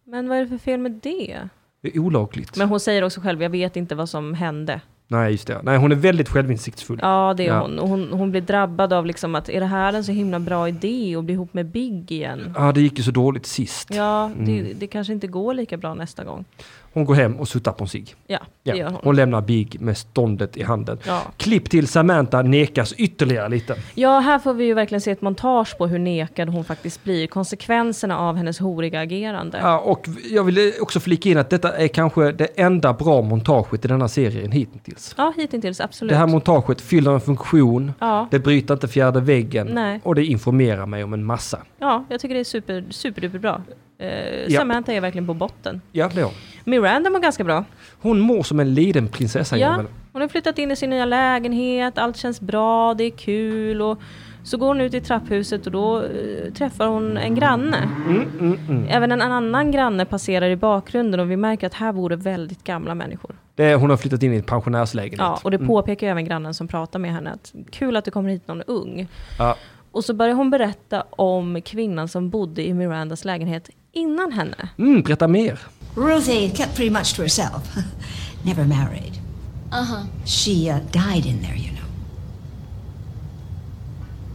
A: Men vad är det för fel med det?
B: Det är olagligt.
A: Men hon säger också själv, jag vet inte vad som hände.
B: Nej, just det. Nej, hon är väldigt självinsiktsfull.
A: Ja, det är
B: Ja.
A: hon. Och hon. Hon blir drabbad av liksom att är det här en så himla bra idé att bli ihop med Big igen?
B: Ja, det gick ju så dåligt sist. Mm.
A: Ja, det, det kanske inte går lika bra nästa gång.
B: Hon går hem och suttar på en cigg.
A: Ja, det
B: Ja.
A: gör
B: Hon.
A: hon.
B: lämnar Big med ståndet i handen.
A: Ja.
B: Klipp till Samantha nekas ytterligare lite.
A: Ja, här får vi ju verkligen se ett montage på hur nekad hon faktiskt blir. Konsekvenserna av hennes horiga agerande.
B: Ja, och jag vill eh, också flika in att detta är kanske det enda bra montaget i denna serien hittills.
A: Ja, hittills absolut.
B: Det här montaget fyller en funktion,
A: Ja.
B: det bryter inte fjärde väggen
A: Nej.
B: och det informerar mig om en massa.
A: Ja, jag tycker det är super, superduper bra. Eh,
B: Ja.
A: Samantha är verkligen på botten.
B: Ja, det är hon.
A: Miranda mår ganska bra.
B: Hon mår som en liten prinsessa.
A: Ja,
B: Jamel.
A: hon har flyttat in i sin nya lägenhet, allt känns bra, det är kul och så går hon ut i trapphuset och då eh, träffar hon en granne.
B: Mm,
A: Även en annan granne passerar i bakgrunden och vi märker att här bor det väldigt gamla människor.
B: Det är, hon har flyttat in i en pensionärslägenhet.
A: Ja, och det påpekar ju även grannen som pratar med henne att kul att det kommer hit någon ung.
B: Ja.
A: Och så börjar hon berätta om kvinnan som bodde i Mirandas lägenhet innan henne.
B: Mm, berätta mer.
E: Ruthie kept pretty much to herself. [LAUGHS] Never married.
G: Uh huh.
E: She uh, died in there, you know.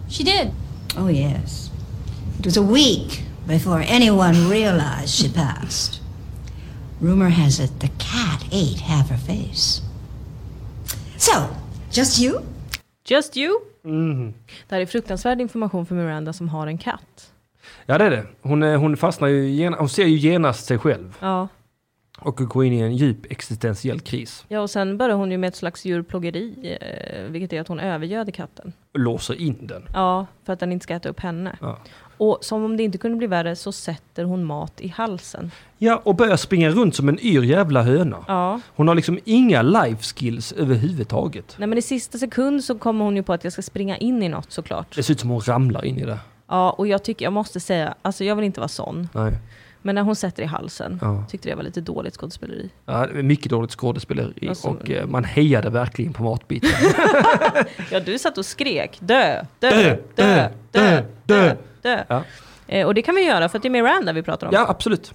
G: She did.
E: Oh, yes. It was a week before anyone realized she passed. Rumor has it the cat ate half her face. So, just you?
A: Just you!
B: Mm.
A: Det här är fruktansvärd information för Miranda som har en katt.
B: Ja, det är det. Hon, är- hon fastnar ju gena, hon ser ju genast sig själv
A: Ja.
B: och går in i en djup existentiell kris.
A: Ja, och sen börjar hon ju med ett slags djurplågeri, eh, vilket är att hon övergöder katten.
B: Och låser in den.
A: Ja, för att den inte ska äta upp henne.
B: Ja.
A: Och som om det inte kunde bli värre så sätter hon mat i halsen.
B: Ja, och börjar springa runt som en yr jävla höna.
A: Ja.
B: Hon har liksom inga life skills överhuvudtaget.
A: Nej men i sista sekund så kommer hon ju på att jag ska springa in i något såklart.
B: Det ser ut som hon ramlar in i det.
A: Ja, och jag tycker, jag måste säga, alltså jag vill inte vara sån.
B: Nej.
A: Men när hon sätter i halsen,
B: Ja.
A: tyckte det var lite dåligt skådespeleri.
B: Ja, det är mycket dåligt skådespeleri
A: Alltså-
B: och eh, man hejade verkligen på matbiten.
A: Ja, du satt och skrek dö, dö,
B: Dö,
A: [LAUGHS] dö,
B: dö,
A: dö,
B: dö,
A: dö.
B: dö. Ja.
A: dö. Eh, Och det kan vi göra för att det är Miranda vi pratar om.
B: Ja, absolut.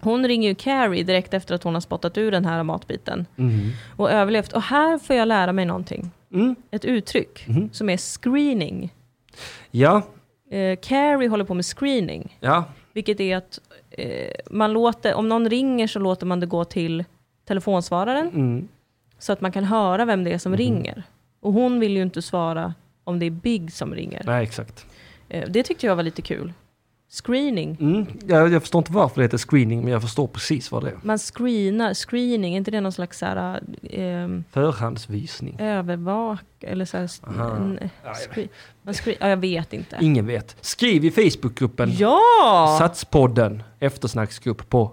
A: Hon ringer ju Carrie direkt efter att hon har spottat ur den här matbiten
B: Mm.
A: och överlevt. Och här får jag lära mig någonting. Ett uttryck som är screening.
B: Ja,
A: Eh, Carrie håller på med screening,
B: ja,
A: vilket är att eh, man låter, om någon ringer så låter man det gå till telefonsvararen
B: Mm.
A: så att man kan höra vem det är som ringer. Och hon vill ju inte svara om det är Big som ringer.
B: nej exakt.
A: Eh, det tyckte jag var lite kul. Screening.
B: Mm. Jag, jag förstår inte varför det heter screening, men jag förstår precis vad det är.
A: Man screenar, screening, är inte det någon slags så här, ehm,
B: Förhandsvisning.
A: övervak eller så här, s- n- scre- man scre- ja, jag vet inte.
B: Ingen vet. Skriv i Facebookgruppen
A: Ja!
B: Satspodden eftersnacksgrupp på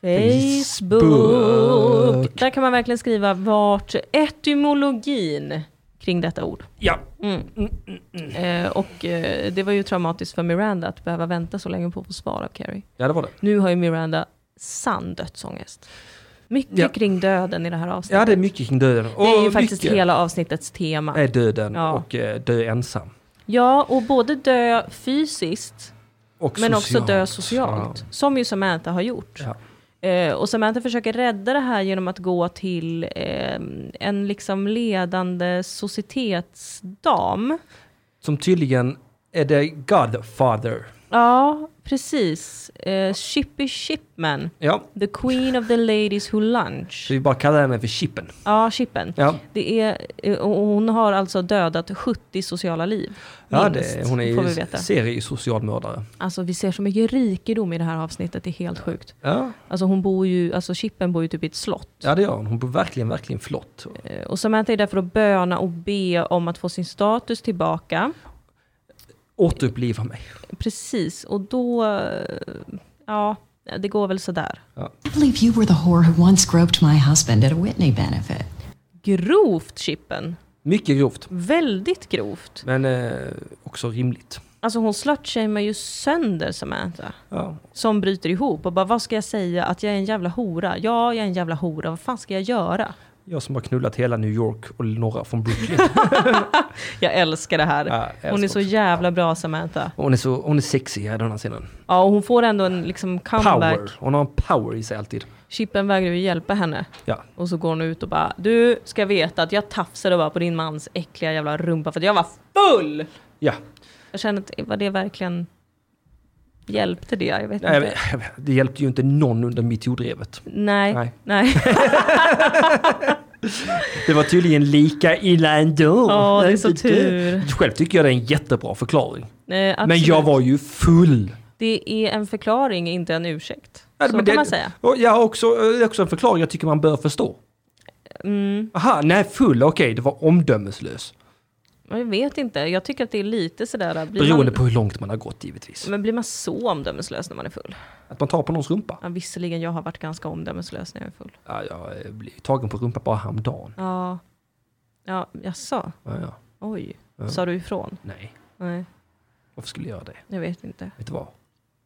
B: Facebook.
A: Facebook! Där kan man verkligen skriva vart etymologin kring detta ord. Mm.
B: Ja,
A: Eh, och eh, det var ju traumatiskt för Miranda att behöva vänta så länge på att få svar av Carrie.
B: ja det var det.
A: Nu har ju Miranda sann dödsångest. Mycket
B: Ja.
A: kring döden i det här avsnittet.
B: Ja, det är mycket kring döden. Och
A: Det är ju faktiskt
B: mycket
A: hela avsnittets tema.
B: är döden
A: Ja.
B: och eh, dö ensam.
A: Ja, och både dö fysiskt
B: Och
A: men
B: socialt.
A: också dö socialt. Som ju Samantha har gjort.
B: Ja.
A: Eh, och Samantha försöker rädda det här genom att gå till eh, en liksom ledande societetsdam.
B: Som tydligen är det Godfather.
A: Ja, precis. Eh, Chippy Chipman.
B: Ja,
A: The Queen of the Ladies Who Lunch.
B: så vi bara kallar henne för Chippen.
A: Ja, Chippen.
B: Ja.
A: Det är, eh, och hon har alltså dödat 70 sociala liv.
B: Ja,
A: Minst,
B: det, hon är
A: får vi
B: ju
A: veta.
B: seriesocialmördare.
A: Alltså vi ser så mycket rikedom i det här avsnittet, det är helt sjukt.
B: Ja,
A: Alltså hon bor ju, alltså Chippen bor ju typ i ett slott.
B: ja, det gör hon. Hon bor verkligen, verkligen flott.
A: Eh, Och Samantha är där för att böna och be om att få sin status tillbaka.
B: Återuppliva mig.
A: Precis, och då... eh, Ja, det går väl sådär.
E: I believe you were the whore who once groped my husband at a Whitney benefit.
A: Grovt Chippen.
B: Mycket grovt,
A: Väldigt grovt.
B: men eh, också rimligt.
A: Alltså hon slutshamear ju sönder Samantha.
B: Ja.
A: Som bryter ihop och bara vad ska jag säga? Att jag är en jävla hora? Ja, jag är en jävla hora. Vad fan ska jag göra? [LAUGHS]
B: Jag som har knullat hela New York och några från Brooklyn.
A: Jag älskar det här.
B: jag älskar
A: hon är så
B: också.
A: jävla bra Samantha.
B: Hon är, så, hon är sexig här i den här scenen.
A: Ja, och hon får ändå en liksom comeback.
B: Power. Hon har en power i sig alltid.
A: Chippen vägrar ju hjälpa henne.
B: Ja.
A: Och så går hon ut och bara, du ska veta att jag tafsade bara på din mans äckliga jävla rumpa för att jag var full!
B: Ja.
A: Jag känner att, var det verkligen Hjälpte det? Jag vet
B: Nej,
A: inte.
B: men- det hjälpte ju inte någon under metoo-drevet.
A: Nej.
B: Nej.
A: Nej.
B: [LAUGHS] Det var tydligen lika illa ändå.
A: Ja, det är så tur.
B: Själv tycker jag det är en jättebra förklaring.
A: Nej,
B: Men
A: absolut.
B: jag var ju full.
A: Det är en förklaring, inte en ursäkt.
B: Nej,
A: Så
B: men
A: kan
B: det-
A: man säga.
B: och Jag har också, eh, det är också en förklaring jag tycker man bör förstå.
A: Mm,
B: Aha, nej full, okej, det var omdömeslös.
A: Men Jag vet inte, jag tycker att det är lite sådär... Blir
B: Beroende
A: man,
B: på hur långt man har gått givetvis.
A: Men blir man så omdömeslös när man är full?
B: Att man tar på någons rumpa.
A: Ja, visserligen, jag har varit ganska omdömeslös när jag är full.
B: Ja, jag eh, blev tagen på rumpa bara häromdagen.
A: Ja, ja jaså?
B: Ja, ja.
A: Oj. Sa du ifrån?
B: Nej,
A: Nej,
B: varför skulle jag göra det?
A: jag vet inte.
B: Vet du vad?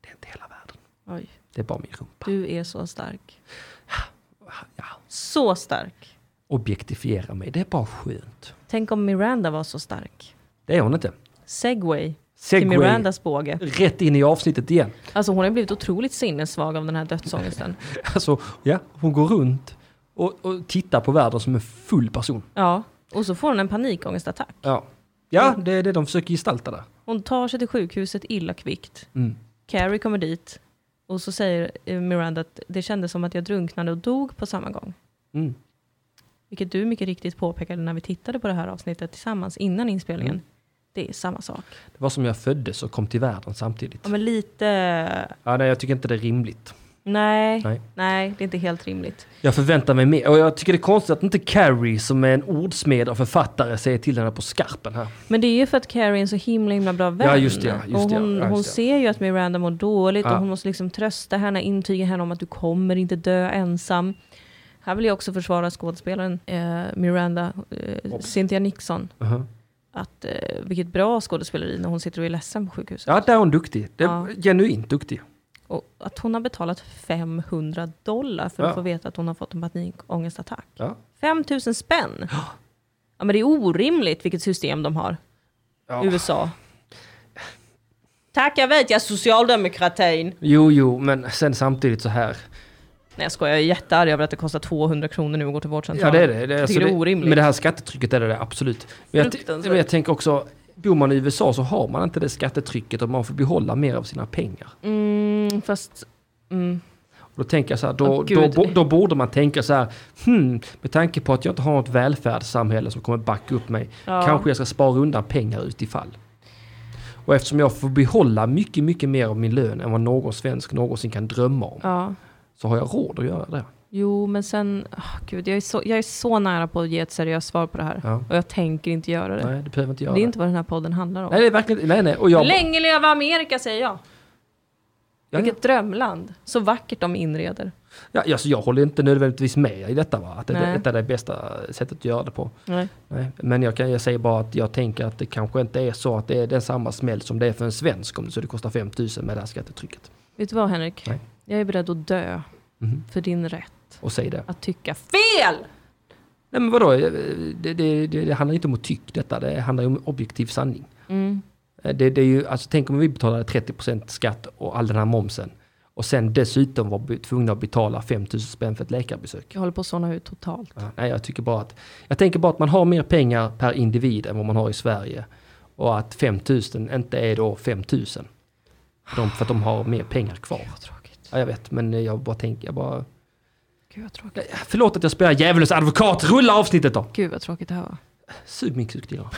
B: Det är inte hela världen.
A: Oj.
B: Det är bara min rumpa.
A: Du är så stark.
B: Ja.
A: Så stark.
B: Objektifiera mig, det är bara skönt.
A: Tänk om Miranda var så stark.
B: Det är hon inte.
A: Segway,
B: Segway.
A: till Mirandas båge.
B: Rätt in i avsnittet igen.
A: Alltså hon har ju blivit otroligt sinnessvag av den här
B: [LAUGHS]
A: dödsångesten.
B: Alltså, ja, hon går runt och, och tittar på världen som en full person.
A: Ja, och så får hon en panikångestattack.
B: Ja, ja det är det de försöker gestalta där.
A: Hon tar sig till sjukhuset illa kvickt.
B: Mm.
A: Carrie kommer dit och så säger eh, Miranda att det kändes som att jag drunknade och dog på samma gång.
B: Mm.
A: Vilket du mycket riktigt påpekade när vi tittade på det här avsnittet tillsammans innan inspelningen. Det är samma sak.
B: Det var som jag föddes och kom till världen samtidigt.
A: Ja, men lite...
B: Ja, nej, jag tycker inte det är rimligt.
A: Nej,
B: Nej.
A: nej, det är inte helt rimligt.
B: Jag förväntar mig mer. Och jag tycker det är konstigt att inte Carrie, som är en ordsmed och författare, säger till henne på skarpen här.
A: Men det är ju för att Carrie är en så himla himla bra vän.
B: Ja, just det, ja, just
A: och
B: det, ja,
A: hon,
B: ja, just
A: hon
B: det.
A: ser ju att Miranda mår dåligt
B: Ja.
A: och hon måste liksom trösta henne, intyga henne om att du kommer inte dö ensam. Här vill jag också försvara skådespelaren eh, Miranda, eh, Cynthia Nixon.
B: Mhm.
A: Att, eh, vilket bra skådespeleri när hon sitter och är ledsen på sjukhuset.
B: Ja, där är hon duktig. Det är
A: Ja.
B: Genuint duktig.
A: Och att hon har betalat 500 dollar för
B: Ja.
A: att få veta att hon har fått en panikångestattack.
B: Ja.
A: 5 000 spänn! Ja, men det är orimligt vilket system de har.
B: Ja.
A: USA. Tack, jag vet jag socialdemokratin.
B: Jo, jo, men sen samtidigt så här.
A: Nej jag skojar, jag är jättearg över att det kostar 200 kronor nu att gå till
B: Ja,
A: vårdcentralen.
B: det är det. det, är-
A: jag
B: alltså,
A: tycker det är orimligt.
B: Med det här skattetrycket är det det absolut. Men jag,
A: Fruktansvärt.
B: men jag tänker också, bor man i USA så har man inte det skattetrycket och man får behålla mer av sina pengar.
A: Mm, fast, mm.
B: Och då tänker jag så här, då,
A: Åh,
B: då,
A: gud.
B: bo- då borde man tänka så här, hmm, med tanke på att jag inte har något välfärdssamhälle som kommer backa upp mig,
A: Ja.
B: kanske jag ska spara undan pengar utifall. Och eftersom jag får behålla mycket, mycket mer av min lön än vad någon svensk någonsin kan drömma om,
A: Ja.
B: så har jag råd att göra det.
A: Jo, men sen... ah, gud, jag är, så, jag är så nära på att ge ett seriöst svar på det här.
B: Ja.
A: Och jag tänker inte göra det.
B: Nej, du behöver inte göra
A: det är inte vad den här podden handlar om.
B: Nej, det är verkligen nej, nej. Och jag,
A: Länge leva Amerika säger jag.
B: ja, ja.
A: Vilket drömland. Så vackert de inreder.
B: Ja, alltså jag håller inte nödvändigtvis med i detta, va? att det,
A: Nej.
B: detta är det bästa sättet att göra det på.
A: Nej.
B: Nej. Men jag, kan, jag säger bara att jag tänker att det kanske inte är så att det är den samma smäll som det är för en svensk om det, så det kostar 5000 med det här skattetrycket.
A: Vet du vad Henrik?
B: Nej.
A: Jag är beredd att dö för din rätt
B: Och säg det.
A: att tycka fel!
B: Nej men vadå, det, det, det, det handlar inte om att tycka detta, det handlar ju om objektiv sanning. Mm. Det, det är ju, alltså, tänk om vi betalade 30% skatt och all den här momsen och sen dessutom var be- tvungna att betala 5000 spänn för ett läkarbesök.
A: Jag håller på att såna ut totalt.
B: Ja, Nej, jag tycker bara att jag tänker bara att man har mer pengar per individ än vad man har i Sverige. Och att 5000 inte är då 5000. För, de, för att de har mer pengar kvar.
A: Vad tråkigt.
B: Ja, jag vet, men jag bara tänker, jag bara...
A: Gud vad tråkigt.
B: Förlåt att jag spelar djävulens advokat, rulla avsnittet då!
A: Gud vad tråkigt det här var.
B: Sug min kukdilla.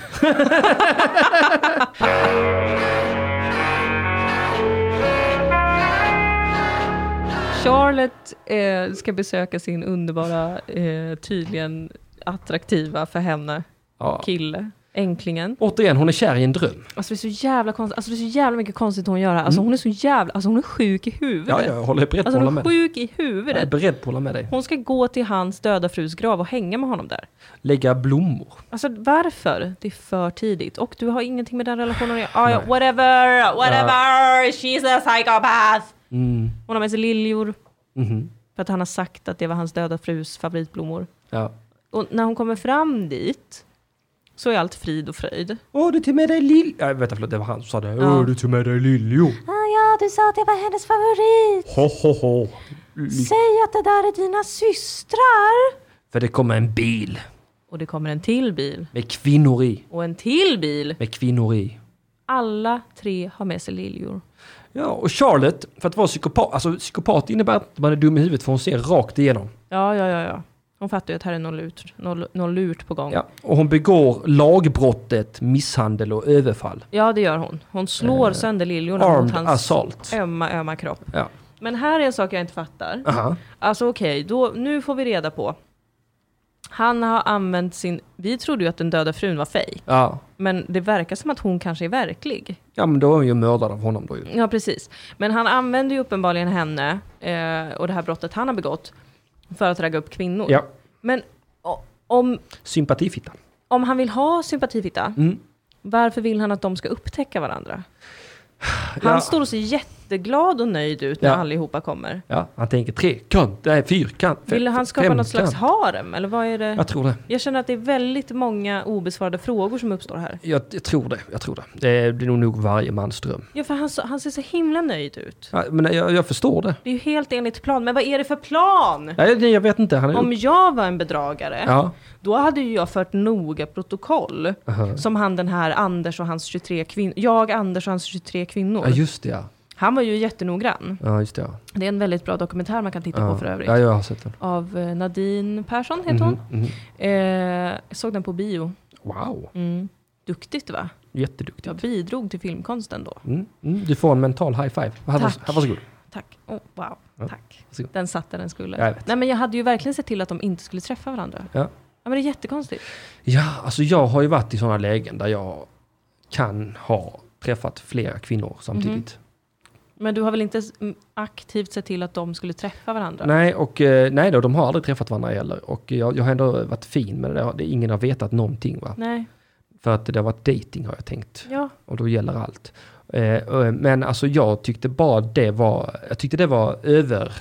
A: Charlotte eh, ska besöka sin underbara, eh, tydligen attraktiva för henne,
B: Ja.
A: kille. Änklingen.
B: Återigen, hon är kär i en dröm.
A: Alltså det är så jävla konstigt, alltså det är så jävla mycket konstigt hon gör här. Alltså hon är så jävla, alltså hon är sjuk i huvudet.
B: Mm. Ja, jag håller beredd på att
A: Alltså
B: hålla
A: hon är
B: med dig.
A: sjuk i
B: Jag är
A: huvudet.
B: beredd på att hålla med dig.
A: Hon ska gå till hans döda frus grav och hänga med honom där.
B: Lägga blommor.
A: Alltså varför? Det är för tidigt. Och du har ingenting med den relationen att göra. Ah, ja, whatever, whatever, she's a psychopath.
B: Mm.
A: Hon har med sig liljor.
B: Mhm.
A: För att han har sagt att det var hans döda frus favoritblommor.
B: Ja.
A: Och när hon kommer fram dit så är allt frid och fröjd.
B: Åh, du tog med dig lill... Ja, vänta, förlåt, det var han som sa det. Åh, du tog med dig liljor.
A: Ah, ja, du sa att det var hennes favorit.
B: Ho, ho, ho.
A: Säg att det där är dina systrar.
B: För det kommer en bil
A: Och det kommer en till bil.
B: med kvinnor i.
A: Och en till bil.
B: Med kvinnor i.
A: Alla tre har med sig liljor.
B: Ja, och Charlotte, för att vara psykopat, alltså psykopat innebär att man är dum i huvudet för hon ser rakt igenom.
A: Ja, ja, ja. ja. Hon fattar ju att här är något lurt, något, något lurt på gång.
B: Ja. Och hon begår lagbrottet misshandel och överfall.
A: Ja, det gör hon. Hon slår sönder liljorna mot
B: Armed
A: hans
B: Eh, assault.
A: ömma, ömma kropp.
B: Ja.
A: Men här är en sak jag inte fattar.
B: Aha.
A: Alltså okej, då nu får vi reda på. Han har använt sin... Vi trodde ju att den döda frun var fejk,
B: Ja.
A: men det verkar som att hon kanske är verklig.
B: ja, men då är hon ju mördad av honom då ju.
A: Ja, precis. Men han använder ju uppenbarligen henne eh, och det här brottet han har begått för att ragga upp kvinnor.
B: Ja.
A: Men o- om,
B: Sympatifitta.
A: om han vill ha sympatifitta,
B: Mm.
A: varför vill han att de ska upptäcka varandra? Han
B: Ja.
A: står och ser jätteglad och nöjd ut när
B: Ja.
A: allihopa kommer.
B: Ja, han tänker trekant, nej fyrkant, fe-
A: Vill han skapa något
B: femkant.
A: slags harem, eller vad är det?
B: Jag tror det.
A: Jag känner att det är väldigt många obesvarade frågor som uppstår här.
B: Jag, jag tror det, jag tror det. Det är, det är nog- nog varje mans dröm.
A: Ja, för han, så- han ser så himla nöjd ut.
B: Ja, men jag, jag förstår det.
A: Det är ju helt enligt plan, men vad är det för plan?
B: Nej, det- jag vet inte. Han är...
A: Om jag var en bedragare,
B: Ja.
A: då hade ju jag fört noga protokoll. Som han den här Anders och hans 23 kvinnor. Jag, Anders och hans 23 kvinnor.
B: ja, just det ja.
A: Han var ju jättenoggrann.
B: Ja, just det ja.
A: Det är en väldigt bra dokumentär man kan titta på
B: Ja,
A: för övrigt.
B: ja jag har sett den. Mm-hmm,
A: Av eh, Nadine Persson heter hon.
B: Mhm.
A: Eh, jag såg den på bio. Mm.
B: Wow,
A: Duktigt va?
B: jätteduktig.
A: Jag bidrog till filmkonsten då.
B: Mm. Mm. Du får en mental high five. Här,
A: Tack.
B: Tack. Här, varsågod.
A: Tack. Oh, wow, tack.
B: varsågod.
A: Den satt där den skulle.
B: Jag vet.
A: Nej, men jag hade ju verkligen sett till att de inte skulle träffa varandra.
B: Ja.
A: Ja, men det är jättekonstigt.
B: ja, alltså jag har ju varit i sådana lägen där jag kan ha träffat flera kvinnor
A: Mm-hmm.
B: samtidigt.
A: Men du har väl inte s- m- aktivt sett till att de skulle träffa varandra?
B: Nej, och eh, nej då, de har aldrig träffat varandra heller. Och jag, jag har ändå varit fin med det där. Det- Ingen har vetat någonting va.
A: Nej.
B: För att det har varit dating har jag tänkt.
A: Ja.
B: Och då gäller allt. Eh, och, eh, men alltså jag tyckte bara det var, jag tyckte det var över,